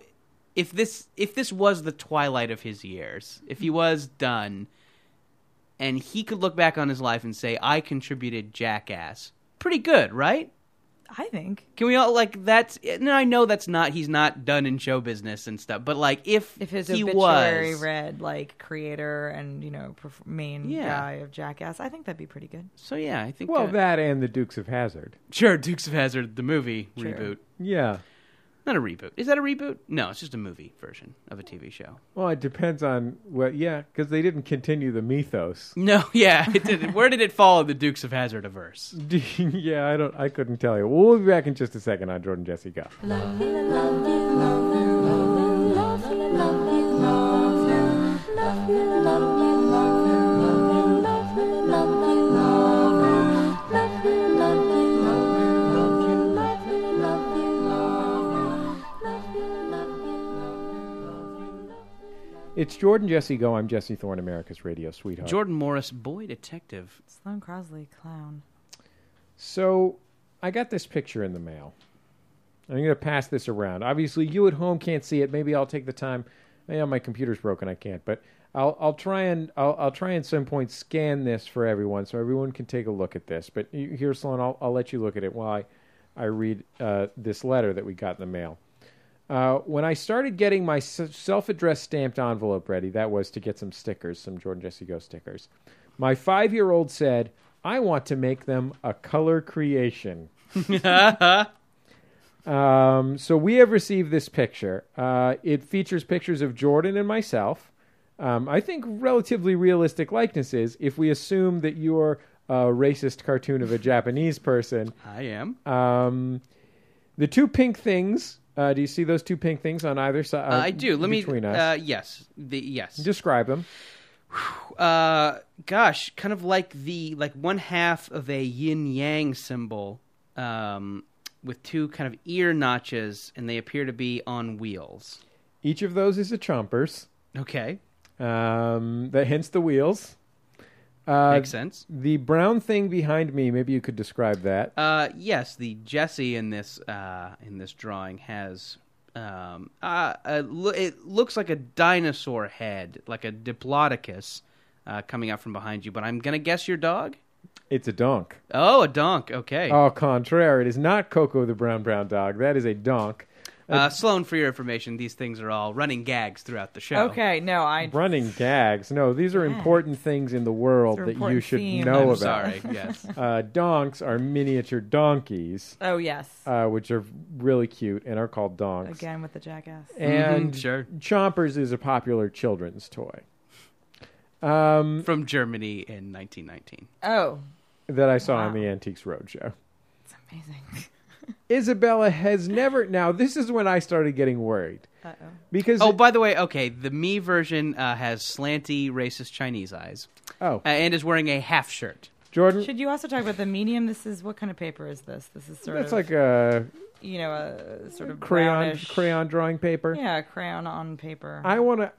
C: if this if this was the twilight of his years, if he was done, and he could look back on his life and say, I contributed jackass. Pretty good, right?
D: I think
C: Can we all like that's? No, I know that's not. He's not done in show business and stuff. But like, if
D: if his
C: he
D: obituary
C: was,
D: read like creator and you know perf- main
C: Yeah.
D: guy of Jackass, I think that'd be pretty good.
C: so yeah, I think
B: Well,
C: that,
B: that and the Dukes of Hazard.
C: sure Dukes of Hazard the movie
D: Sure.
C: reboot,
B: Yeah.
C: not a reboot. Is that a reboot? No, it's just a movie version of a TV show.
B: Well, it depends on what. Yeah, because they didn't continue the mythos.
C: No, yeah, it did. Where did it fall in the Dukes of Hazard averse?
B: yeah, I don't. I couldn't tell you. We'll be back in just a second on Jordan Jesse Go. It's Jordan Jesse Go. I'm Jesse Thorne, America's radio sweetheart.
C: Jordan Morris, boy detective.
D: Sloan Crosley, clown.
B: So I got this picture in the mail. I'm going to pass this around. Obviously, you at home can't see it. Maybe I'll take the time. Yeah, my computer's broken. I can't, but I'll I'll try and I'll I'll try and some point scan this for everyone so everyone can take a look at this. But you- here, Sloan, I'll I'll let you look at it while I, I read uh, this letter that we got in the mail. Uh, when I started getting my s- self-addressed stamped envelope ready, that was to get some stickers, some Jordan Jesse Go stickers. My five-year-old said, "I want to make them a color creation." Um, so we have received this picture. Uh, it features pictures of Jordan and myself. Um, I think relatively realistic likenesses if we assume that you're a racist cartoon of a Japanese person.
C: I am.
B: Um, the two pink things. Uh, do you see those two pink things on either side?
C: Uh, I do. Let me.
B: Uh, between us.
C: Uh, yes. The yes.
B: Describe them.
C: uh, gosh, kind of like the like one half of a yin yang symbol, um, with two kind of ear notches, and they appear to be on wheels.
B: Each of those is a chompers.
C: Okay,
B: Um, that hence the wheels. Uh,
C: makes sense.
B: the brown thing behind me. Maybe you could describe that.
C: Uh, yes, the Jesse in this uh, in this drawing has um, uh, a, lo- it looks like a dinosaur head, like a diplodocus uh, coming out from behind you. But I'm gonna guess your dog.
B: It's a donk.
C: Oh, a donk. Okay.
B: Au contraire, it is not Coco the brown brown dog. That is a donk.
C: Uh, Sloan, for your information, these things are all running gags throughout the show.
D: Okay, no, I
B: Running gags. No, these are important things in the world
D: They're
B: that you
D: important
B: should
D: themes.
B: know
C: I'm
B: about.
C: sorry. Yes.
B: Uh, donks are miniature donkeys,
D: oh yes,
B: uh, which are really cute and are called donks.
D: again with the Jackass.
B: And
C: Mhm, sure.
B: Chompers is a popular children's toy um,
C: From Germany in 1919.
D: Oh,
B: that I saw on the Antiques Roadshow.
D: it's amazing.
B: Isabella has never. Now, this is when I started getting worried
D: Uh oh.
B: because.
C: Oh, by the way, okay, the me version uh, has slanty, racist Chinese eyes
B: oh,
C: uh, and is wearing a half shirt.
B: Jordan,
D: Should you also talk about the medium? This is what kind of paper is this? This is sort
B: that's
D: of
B: like a
D: you know a sort of
B: crayon
D: brownish-
B: crayon drawing paper.
D: Yeah, crayon on paper.
B: I want to.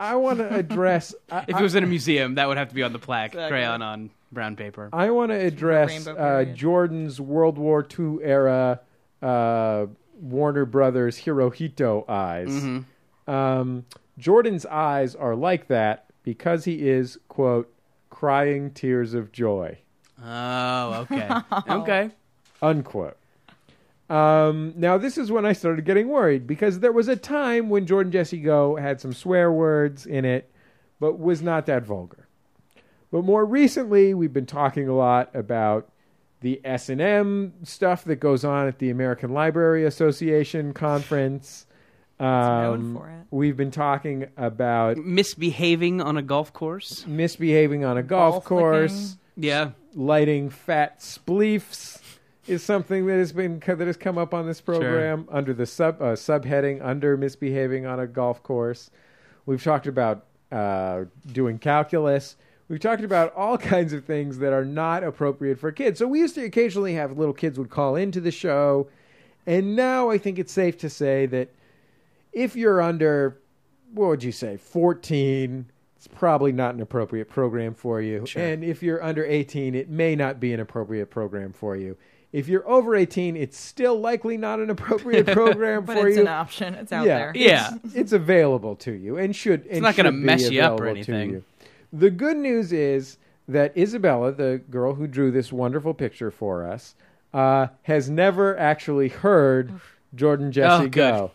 B: I, I want to address. I,
C: If it was in a museum, that would have to be on the plaque,
D: Exactly.
C: crayon on brown paper.
B: I want to address
D: rainbow
B: uh,
D: period.
B: Jordan's World War II era uh, Warner Brothers Hirohito eyes. Um, Jordan's eyes are like that because he is quote crying tears of joy
C: Oh, okay. okay.
B: unquote. Um, now this is when I started getting worried because there was a time when Jordan Jesse Go had some swear words in it, but was not that vulgar. But more recently, we've been talking a lot about the S and M stuff that goes on at the American Library Association conference. Um,
D: for it.
B: We've been talking about
C: Misbehaving on a golf course.
B: misbehaving on a golf
D: Ball
B: course,
C: Yeah.
B: lighting fat spleefs is something that has been that has come up on this program under the sub uh, subheading under misbehaving on a golf course. We've talked about uh, doing calculus. We've talked about all kinds of things that are not appropriate for kids. So we used to occasionally have little kids would call into the show, and now I think it's safe to say that if you're under what would you say 14 it's probably not an appropriate program for you and if you're under 18 it may not be an appropriate program for you if you're over 18 it's still likely not an appropriate program
D: but
B: for
D: it's
B: you
D: an option. It's out
B: yeah
D: there.
C: Yeah.
B: it's available to you and should it's
C: not gonna
B: going to
C: mess you up or anything.
B: you. The good news is that Isabella, the girl who drew this wonderful picture for us, uh, has never actually heard Jordan Jesse
C: Oh, good.
B: go.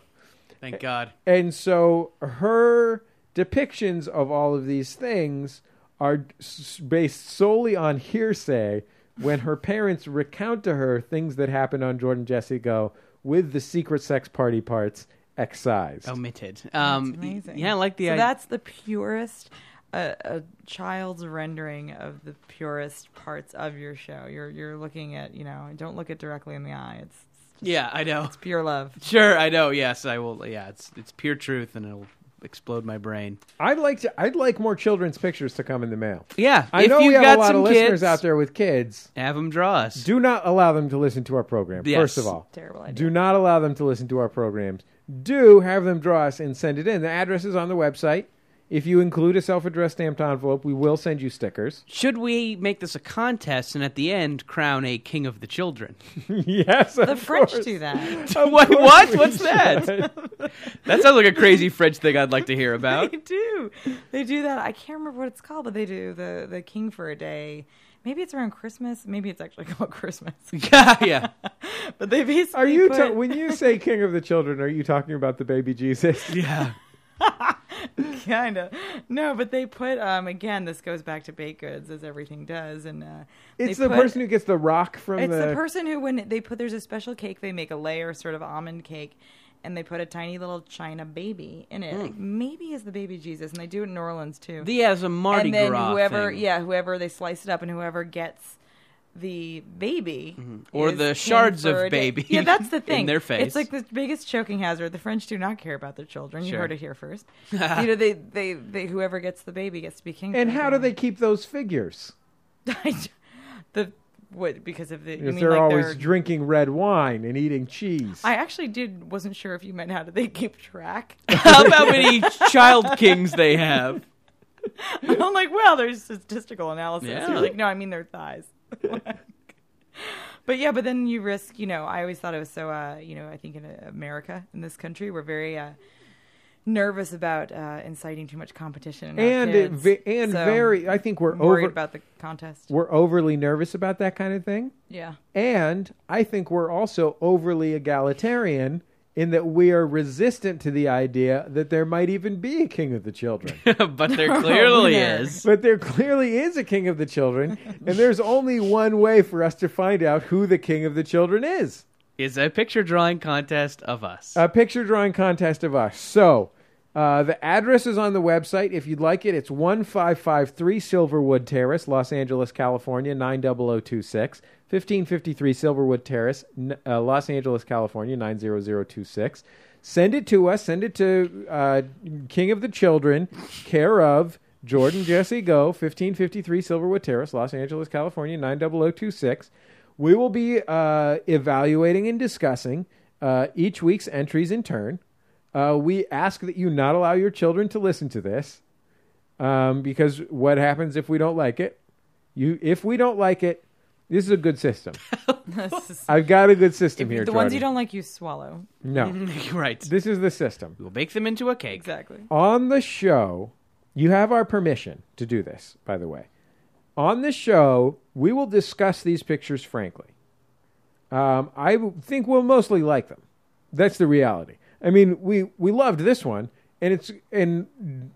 C: Thank God.
B: And so her depictions of all of these things are s- based solely on hearsay when her parents recount to her things that happened on Jordan Jesse Go with the secret sex party parts excised.
C: Omitted. Um,
D: It's amazing.
C: Yeah, I like the
D: So
C: idea.
D: that's the purest, uh, a child's rendering of the purest parts of your show. You're you're looking at you know don't look it directly in the eye. It's, it's
C: yeah, I know.
D: pure love.
C: Sure, I know. Yes, I will. Yeah, it's it's pure truth, and it'll explode my brain.
B: I'd like to I'd like more children's pictures to come in the mail.
C: Yeah,
B: I
C: if
B: know
C: you
B: we have
C: got
B: a lot
C: some
B: of
C: kids,
B: listeners out there with kids.
C: Have them draw us.
B: Do not allow them to listen to our program.
C: Yes.
B: First of all,
D: Terrible idea.
B: do not allow them to listen to our programs. Do have them draw us and send it in. The address is on the website. If you include a self-addressed stamped envelope, we will send you stickers.
C: Should we make this a contest and at the end crown a king of the children?
B: yes,
D: The French do that.
C: what? What? What's that? that sounds like a crazy French thing I'd like to hear about.
D: They do. They do that. I can't remember what it's called, but they do the the king for a day. Maybe it's around Christmas. Maybe it's actually called Christmas.
C: yeah, yeah.
D: But they basically
B: Are you
D: put,
B: ta- when you say King of the Children? Are you talking about the baby Jesus?
C: Yeah.
D: kind of no, but they put um again. This goes back to baked goods as everything does, and uh, they
B: It's the
D: put-
B: person who gets the rock from
D: It's the,
B: the.
D: person who, when they put, there's a special cake, they make a layer, sort of almond cake, and they put a tiny little China baby in it.
B: Hmm.
D: Maybe is the baby Jesus, and they do it in New Orleans too.
C: The as a Mardi
D: and then
C: Gras
D: whoever,
C: thing.
D: yeah, whoever they slice it up, and whoever gets the baby
C: Mm-hmm. Or
D: is
C: the
D: king
C: shards of
D: for a day.
C: baby
D: Yeah, that's the
C: in
D: thing.
C: their face.
D: It's like the biggest choking hazard. The French do not care about their children. You
C: Sure.
D: heard it here first. you know, they, they, they, whoever gets the baby gets to be king.
B: and
D: for a
B: how
D: day.
B: do they keep those figures?
D: I d- the what because of the you
B: Because
D: mean
B: they're
D: like
B: always
D: their-
B: drinking red wine and eating cheese.
D: I actually did wasn't sure if you meant how do they keep track.
C: How about many child kings they have?
D: I'm like, well, there's statistical analysis.
C: Yeah.
D: You're like, no, I mean their thighs. but yeah, but then you risk, you know, I always thought it was so, uh, you know, I think in uh, America, in this country, we're very uh, nervous about uh, inciting too much competition. in our
B: and it,
D: kids.
B: ve- and
D: So
B: very, I think we're
D: I'm worried
B: over.
D: about the contest.
B: we're overly nervous about that kind of thing.
D: Yeah.
B: And I think we're also overly egalitarian in that we are resistant to the idea that there might even be a king of the children.
C: but there clearly
D: Oh, winner.
C: is.
B: but there clearly is a king of the children, and there's only one way for us to find out who the king of the children is
C: Is a picture drawing contest of us.
B: a picture drawing contest of us. So. Uh, the address is on the website. If you'd like it, it's 1553 Silverwood Terrace, Los Angeles, California, 90026. 1553 Silverwood Terrace, n- uh, Los Angeles, California, 90026. Send it to us. Send it to uh, King of the Children, care of Jordan Jesse Go, 1553 Silverwood Terrace, Los Angeles, California, 90026. We will be uh, evaluating and discussing uh, each week's entries in turn. Uh, we ask that you not allow your children to listen to this, um, because what happens if we don't like it? You, if we don't like it, this is a good system. I've got a good system here.
D: the ones
B: Jordan.
D: you don't like, you swallow.
B: No,
C: right.
B: this is the system.
C: We'll bake them into a cake.
D: Exactly.
B: On the show, you have our permission to do this. By the way, on the show, we will discuss these pictures frankly. Um, I w- think we'll mostly like them. That's the reality. I mean, we we loved this one, and it's and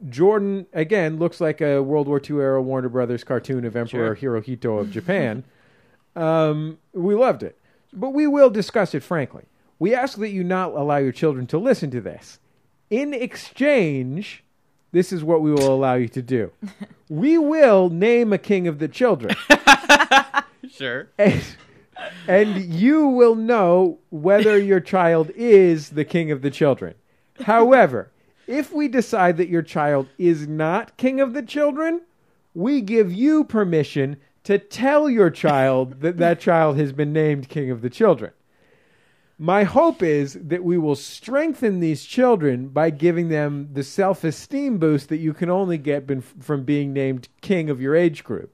B: Jordan again looks like a World War II era Warner Brothers cartoon of Emperor Hirohito of Japan. um, we loved it, but we will discuss it frankly. We ask that you not allow your children to listen to this. In exchange, this is what we will allow you to do. We will name a king of the children
C: Sure.
B: and, and you will know whether your child is the king of the children. However, if we decide that your child is not king of the children, we give you permission to tell your child that that child has been named king of the children. My hope is that we will strengthen these children by giving them the self esteem boost that you can only get been, from being named king of your age group.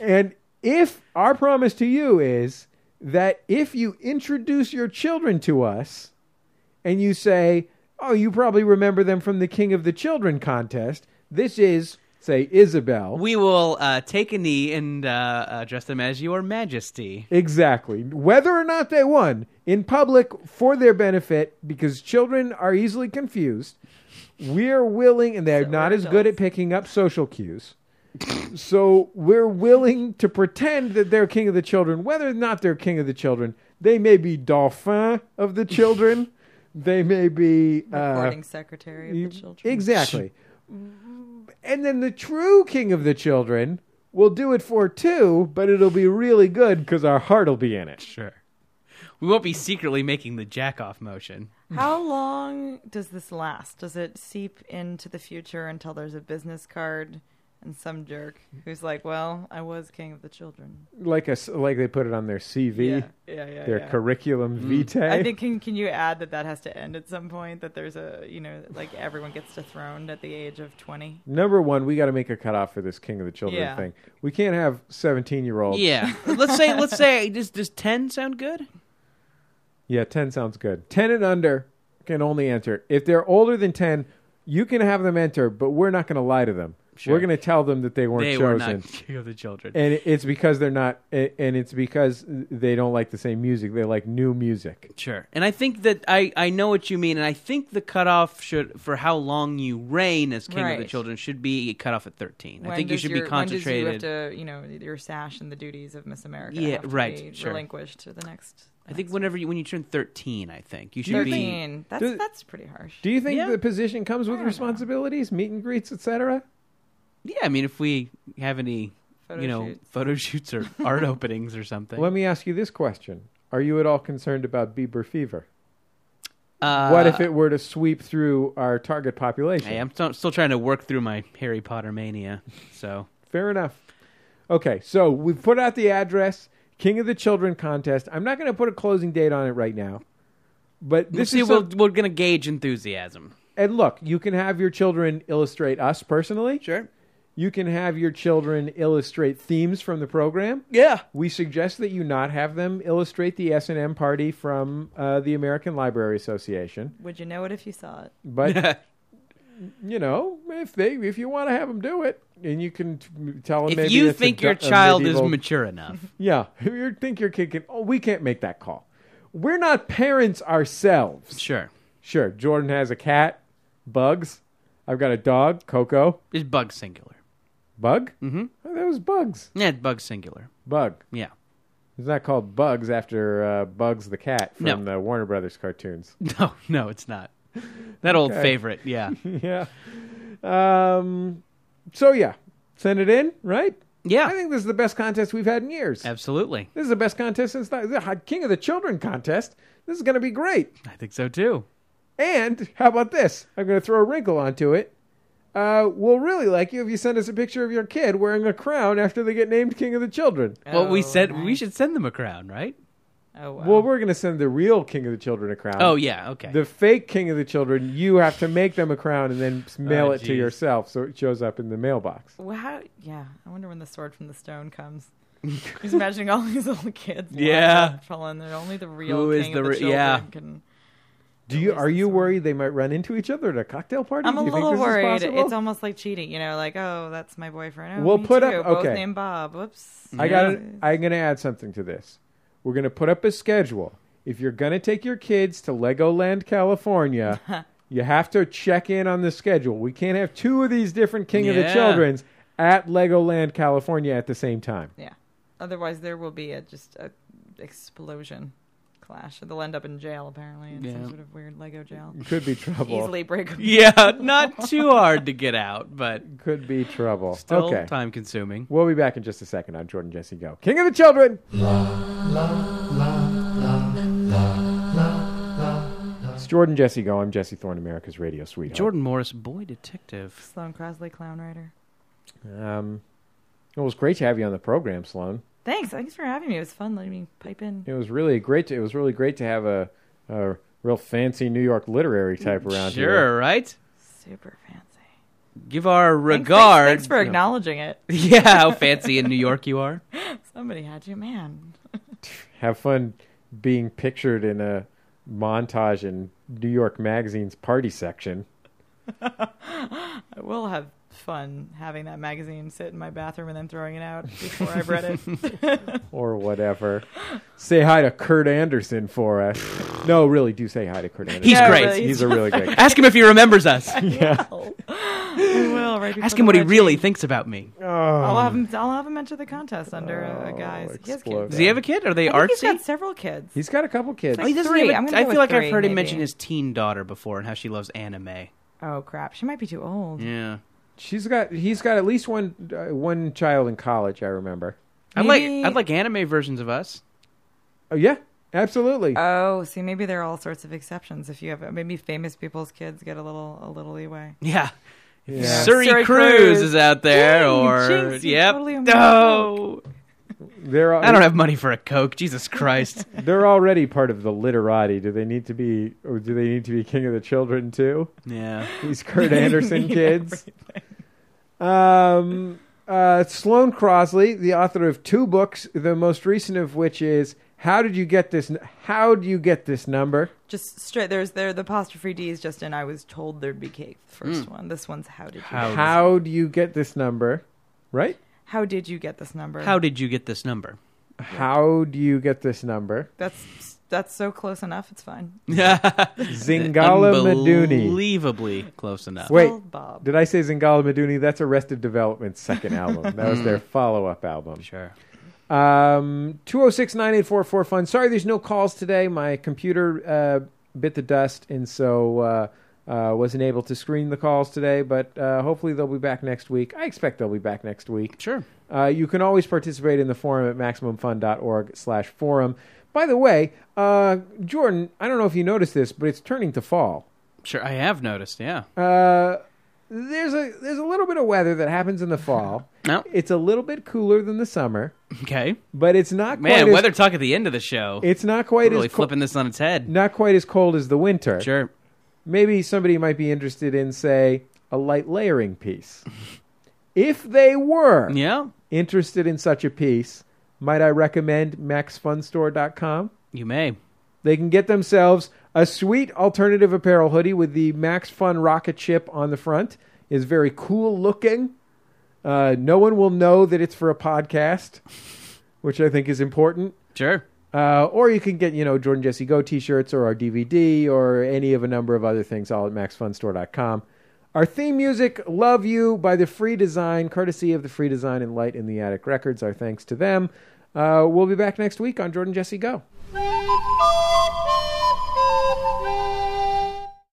B: And if our promise to you is that if you introduce your children to us and you say, oh, you probably remember them from the King of the Children contest, this is say Isabel.
C: We will uh, take a knee and uh, address them as Your Majesty.
B: Exactly. Whether or not they won in public for their benefit, because children are easily confused, we're willing, and they're not as good at picking up social cues. so we're willing to pretend that they're king of the children, whether or not they're king of the children. They may be dauphin of the children. they may be uh,
D: Recording secretary of the children. Mm-hmm.
B: Exactly. and then the true king of the children will do it for two, but it'll be really good because our heart will be in it.
C: Sure. We won't be secretly making the jack off motion.
D: How long does this last? Does it seep into the future until there's a business card and some jerk who's like, "Well, I was king of the children."
B: Like a s like they put it on their CV,
D: yeah, yeah. Mm.
B: their curriculum vitae.
D: I think can can you add that that has to end at some point? That there's a you know like everyone gets dethroned at the age of twenty.
B: Number one, we got to make a cutoff for this king of the children
D: Yeah.
B: thing. We can't have seventeen-year-olds.
C: Yeah. let's say let's say does does ten sound good?
B: Yeah, 10 sounds good. 10 and under can only enter. If they're older than 10, you can have them enter, but we're not going to lie to them. We're going to tell them that they weren't
C: They were
B: chosen.
C: not king of the children.
B: And it- it's because they're not, a- and it's because they don't like the same music. They like new music.
C: Sure. And I think that I, I know what you mean, and I think the cutoff should for how long you reign as king of the
D: Right.
C: children should be cut off at thirteen. I
D: When
C: think you
D: does
C: should
D: your-
C: be
D: When does
C: concentrated.
D: you have to you know your sash and the duties of Miss America?
C: Yeah,
D: have to
C: right,
D: Be
C: sure.
D: Relinquished to the next.
C: I think whenever you when you turn thirteen, I think you should be
D: Thirteen. That's
B: do-
D: that's pretty harsh.
B: Do you think
C: Yeah.
B: the position comes with
D: don't know.
B: responsibilities, meet and greets, etc.?
C: Yeah, I mean if we have any
D: Photo
C: you know,
D: shoots.
C: photo shoots or art openings or something.
B: Let me ask you this question: Are you at all concerned about Bieber fever?
C: uh,
B: what if it were to sweep through our target population?
C: Hey, I'm still, still trying to work through my Harry Potter mania. So
B: Fair enough. Okay, so we've put out the address, King of the Children contest. I'm not going to put a closing date on it right now, but this
C: this see,
B: is
C: we'll,
B: some-
C: we're gonna gauge enthusiasm.
B: and look, you can have your children illustrate us personally.
C: Sure.
B: You can have your children illustrate themes from the program.
C: Yeah.
B: We suggest that you not have them illustrate the S and M party from uh, the American Library Association,
D: Would you know it if you saw it?
B: but. You know, if they if you want to have them do it, and you can t- tell them
C: If
B: maybe
C: you
B: it's a
C: think your
B: du- a
C: child
B: medieval-
C: is mature enough,
B: Yeah, you think your kid can. Oh, we can't make that call. We're not parents ourselves.
C: sure.
B: Sure, Jordan has a cat, Bugs. I've got a dog, Coco.
C: Is bug singular?
B: Bug? Mm-hmm. Oh, that was Bugs.
C: Yeah, bug singular.
B: Bug.
C: Yeah.
B: It's not called Bugs after uh, Bugs the cat from
C: No.
B: the Warner Brothers cartoons.
C: No, no, it's not. That old
B: Okay.
C: favorite. Yeah.
B: yeah. Um. So yeah, send it in, right? I
C: Yeah.
B: think this is the best contest we've had in years.
C: Absolutely.
B: This is the best contest since the, the King of the Children contest. This is going to be great.
C: I think so too.
B: And how about this? I'm going to throw a wrinkle onto it. Uh, we'll really like you if you send us a picture of your kid wearing a crown after they get named King of the Children.
C: well, we
D: Oh,
C: said we
D: nice.
C: should send them a crown, right?
D: Oh wow.
B: Well, we're going to send the real King of the Children a crown.
C: Oh yeah. Okay.
B: Uh, The fake King of the Children, you have to make them a crown and then s- mail
C: Oh,
B: it to
C: geez.
B: yourself so it shows up in the mailbox.
D: Well, how? Yeah, I wonder when the sword from the stone comes. Just imagining all these little kids. lined
C: Yeah.
D: up, falling there. Only the real
C: Who
D: king
C: is
D: of
C: the
D: the,
C: re-
D: children
C: yeah.
D: can.
B: Do you
D: least
B: are you
D: that's-
B: worried they might run into each other at a cocktail party?
D: I'm a
B: Do you think
D: little
B: this is
D: worried.
B: possible?
D: It's almost like cheating, you know, like oh, that's my boyfriend. Oh,
B: We'll
D: me
B: put
D: too.
B: up- okay.
D: Both named Bob. Whoops.
B: I got. to I'm going to add something to this. We're going to put up a schedule. If you're going to take your kids to Legoland, California, you have to check in on the schedule. We can't have two of these different King of the
C: Yeah.
B: Childrens at Legoland, California at the same time.
D: Yeah. Otherwise, there will be a just a explosion clash. They'll end up in jail apparently in
C: Yeah.
D: some sort of weird Lego jail.
B: Could be trouble.
D: Easily breakable.
C: yeah, not too hard to get out, but
B: Could be trouble.
C: still
B: okay.
C: time consuming.
B: We'll be back in just a second on Jordan Jesse Go. King of the Children. It's Jordan Jesse Go. I'm Jesse Thorne, America's radio sweetheart.
C: Jordan Morris, boy detective.
D: Sloan Crosley, clown writer.
B: Um, it was great to have you on the program, Sloan.
D: Thanks. Thanks for having me. It was fun letting me pipe in.
B: It was really great. To, it was really great to have a, a real fancy New York literary type around
C: Mm, sure,
B: here.
C: right?
D: Super fancy.
C: Give our
D: Thanks-
C: regard.
D: Thanks, thanks for acknowledging it.
C: yeah, how fancy in New York you are.
D: Somebody had you, man.
B: Have fun being pictured in a montage in New York Magazine's party section.
D: I will have fun having that magazine sit in my bathroom and then throwing it out before I've read it.
B: or whatever. Say hi to Kurt Anderson for us. No, really, do say hi to Kurt Anderson.
C: He's
D: No,
C: great.
D: really,
B: He's a really great.
C: Ask him if he remember us.
D: will. We will, right
C: Ask
D: before
C: him what he
D: the
C: really Um,
D: budget.
C: thinks about me.
B: Oh.
D: I'll have him. I'll have him enter the contest under a, a guy's. He has
B: explode.
D: kids.
C: Does Oh, he have a kid? Are they
D: I
C: artsy?
D: think he's got several kids.
B: He's got a couple kids.
C: Oh, he doesn't
D: Three.
C: have a-
D: I'm gonna
C: I
D: go
C: feel
D: with
C: like I've
D: three,
C: heard him
D: maybe.
C: mention his teen daughter before and how she loves anime.
D: oh crap, she might be too old.
C: Yeah.
B: She's got. He's got at least one uh, one child in college. I remember.
C: I'd like
D: Maybe-
C: I'd like anime versions of us.
B: Oh yeah, absolutely.
D: Oh, see, maybe there are all sorts of exceptions. If you have maybe famous people's kids get a little a little leeway.
C: Yeah.
B: Yeah.
C: Surrey,
D: Surrey
C: Cruise,
D: Cruise.
C: is out there,
D: Dang,
C: or
D: Jinx, you
C: yep.
D: totally missed
C: no,
B: They're. Al-
C: I don't have money for a Coke. Jesus Christ!
B: They're already part of the literati. Do they need to be? Or do they need to be king of the children too?
C: yeah,
B: These Kurt Anderson kids. Um, uh, Sloan Crosley, the author of two books, the most recent of which is "How did you get this? N- How do you get this number?"
D: Just straight. There's there the apostrophe D is just in. I was told there'd be cake. The first one. This one's how did you
C: How-
B: How do you get this number? Right?
D: how did you get this number?
C: how did you get this number?
B: How do you get this number?
D: that's that's so close enough. It's fine.
B: Zingala Maduni.
C: unbelievably close enough.
B: Wait.
D: Well, Bob.
B: Did I say Zingala Maduni? That's Arrested Development's second album. That was their
C: Mm.
B: follow-up album.
C: Sure.
B: Um, 206 fun. Sorry, there's no calls today. My computer uh, bit the dust, and so uh, uh, wasn't able to screen the calls today. But uh, hopefully they'll be back next week. I expect they'll be back next week.
C: Sure.
B: Uh, you can always participate in the forum at maximumfun.org slash forum. By the way, uh, Jordan, I don't know if you noticed this, but it's turning to fall.
C: Sure. I have noticed. Yeah.
B: Uh, there's a there's a little bit of weather that happens in the fall.
C: No.
B: It's a little bit cooler than the summer,
C: Okay.
B: but it's not
C: Man,
B: quite
C: weather
B: as,
C: talk at the end of the show.
B: it's not quite
C: really
B: as co-
C: flipping this on its head.
B: not quite as cold as the winter.
C: Sure.
B: Maybe somebody might be interested in say a light layering piece. if they were
C: Yeah.
B: interested in such a piece, might I recommend maxfunstore.com?
C: You may.
B: They can get themselves a sweet alternative apparel hoodie with the Max Fun rocket ship on the front. is very cool looking. Uh, no one will know that it's for a podcast, which I think is important.
C: Sure.
B: Uh, or you can get, you know, Jordan Jesse Go t shirts or our DVD or any of a number of other things, all at maxfunstore.com. Our theme music, Love You, by The Free Design, courtesy of The Free Design and Light in the Attic Records. Our thanks to them. Uh, we'll be back next week on Jordan Jesse Go.
F: Thank you.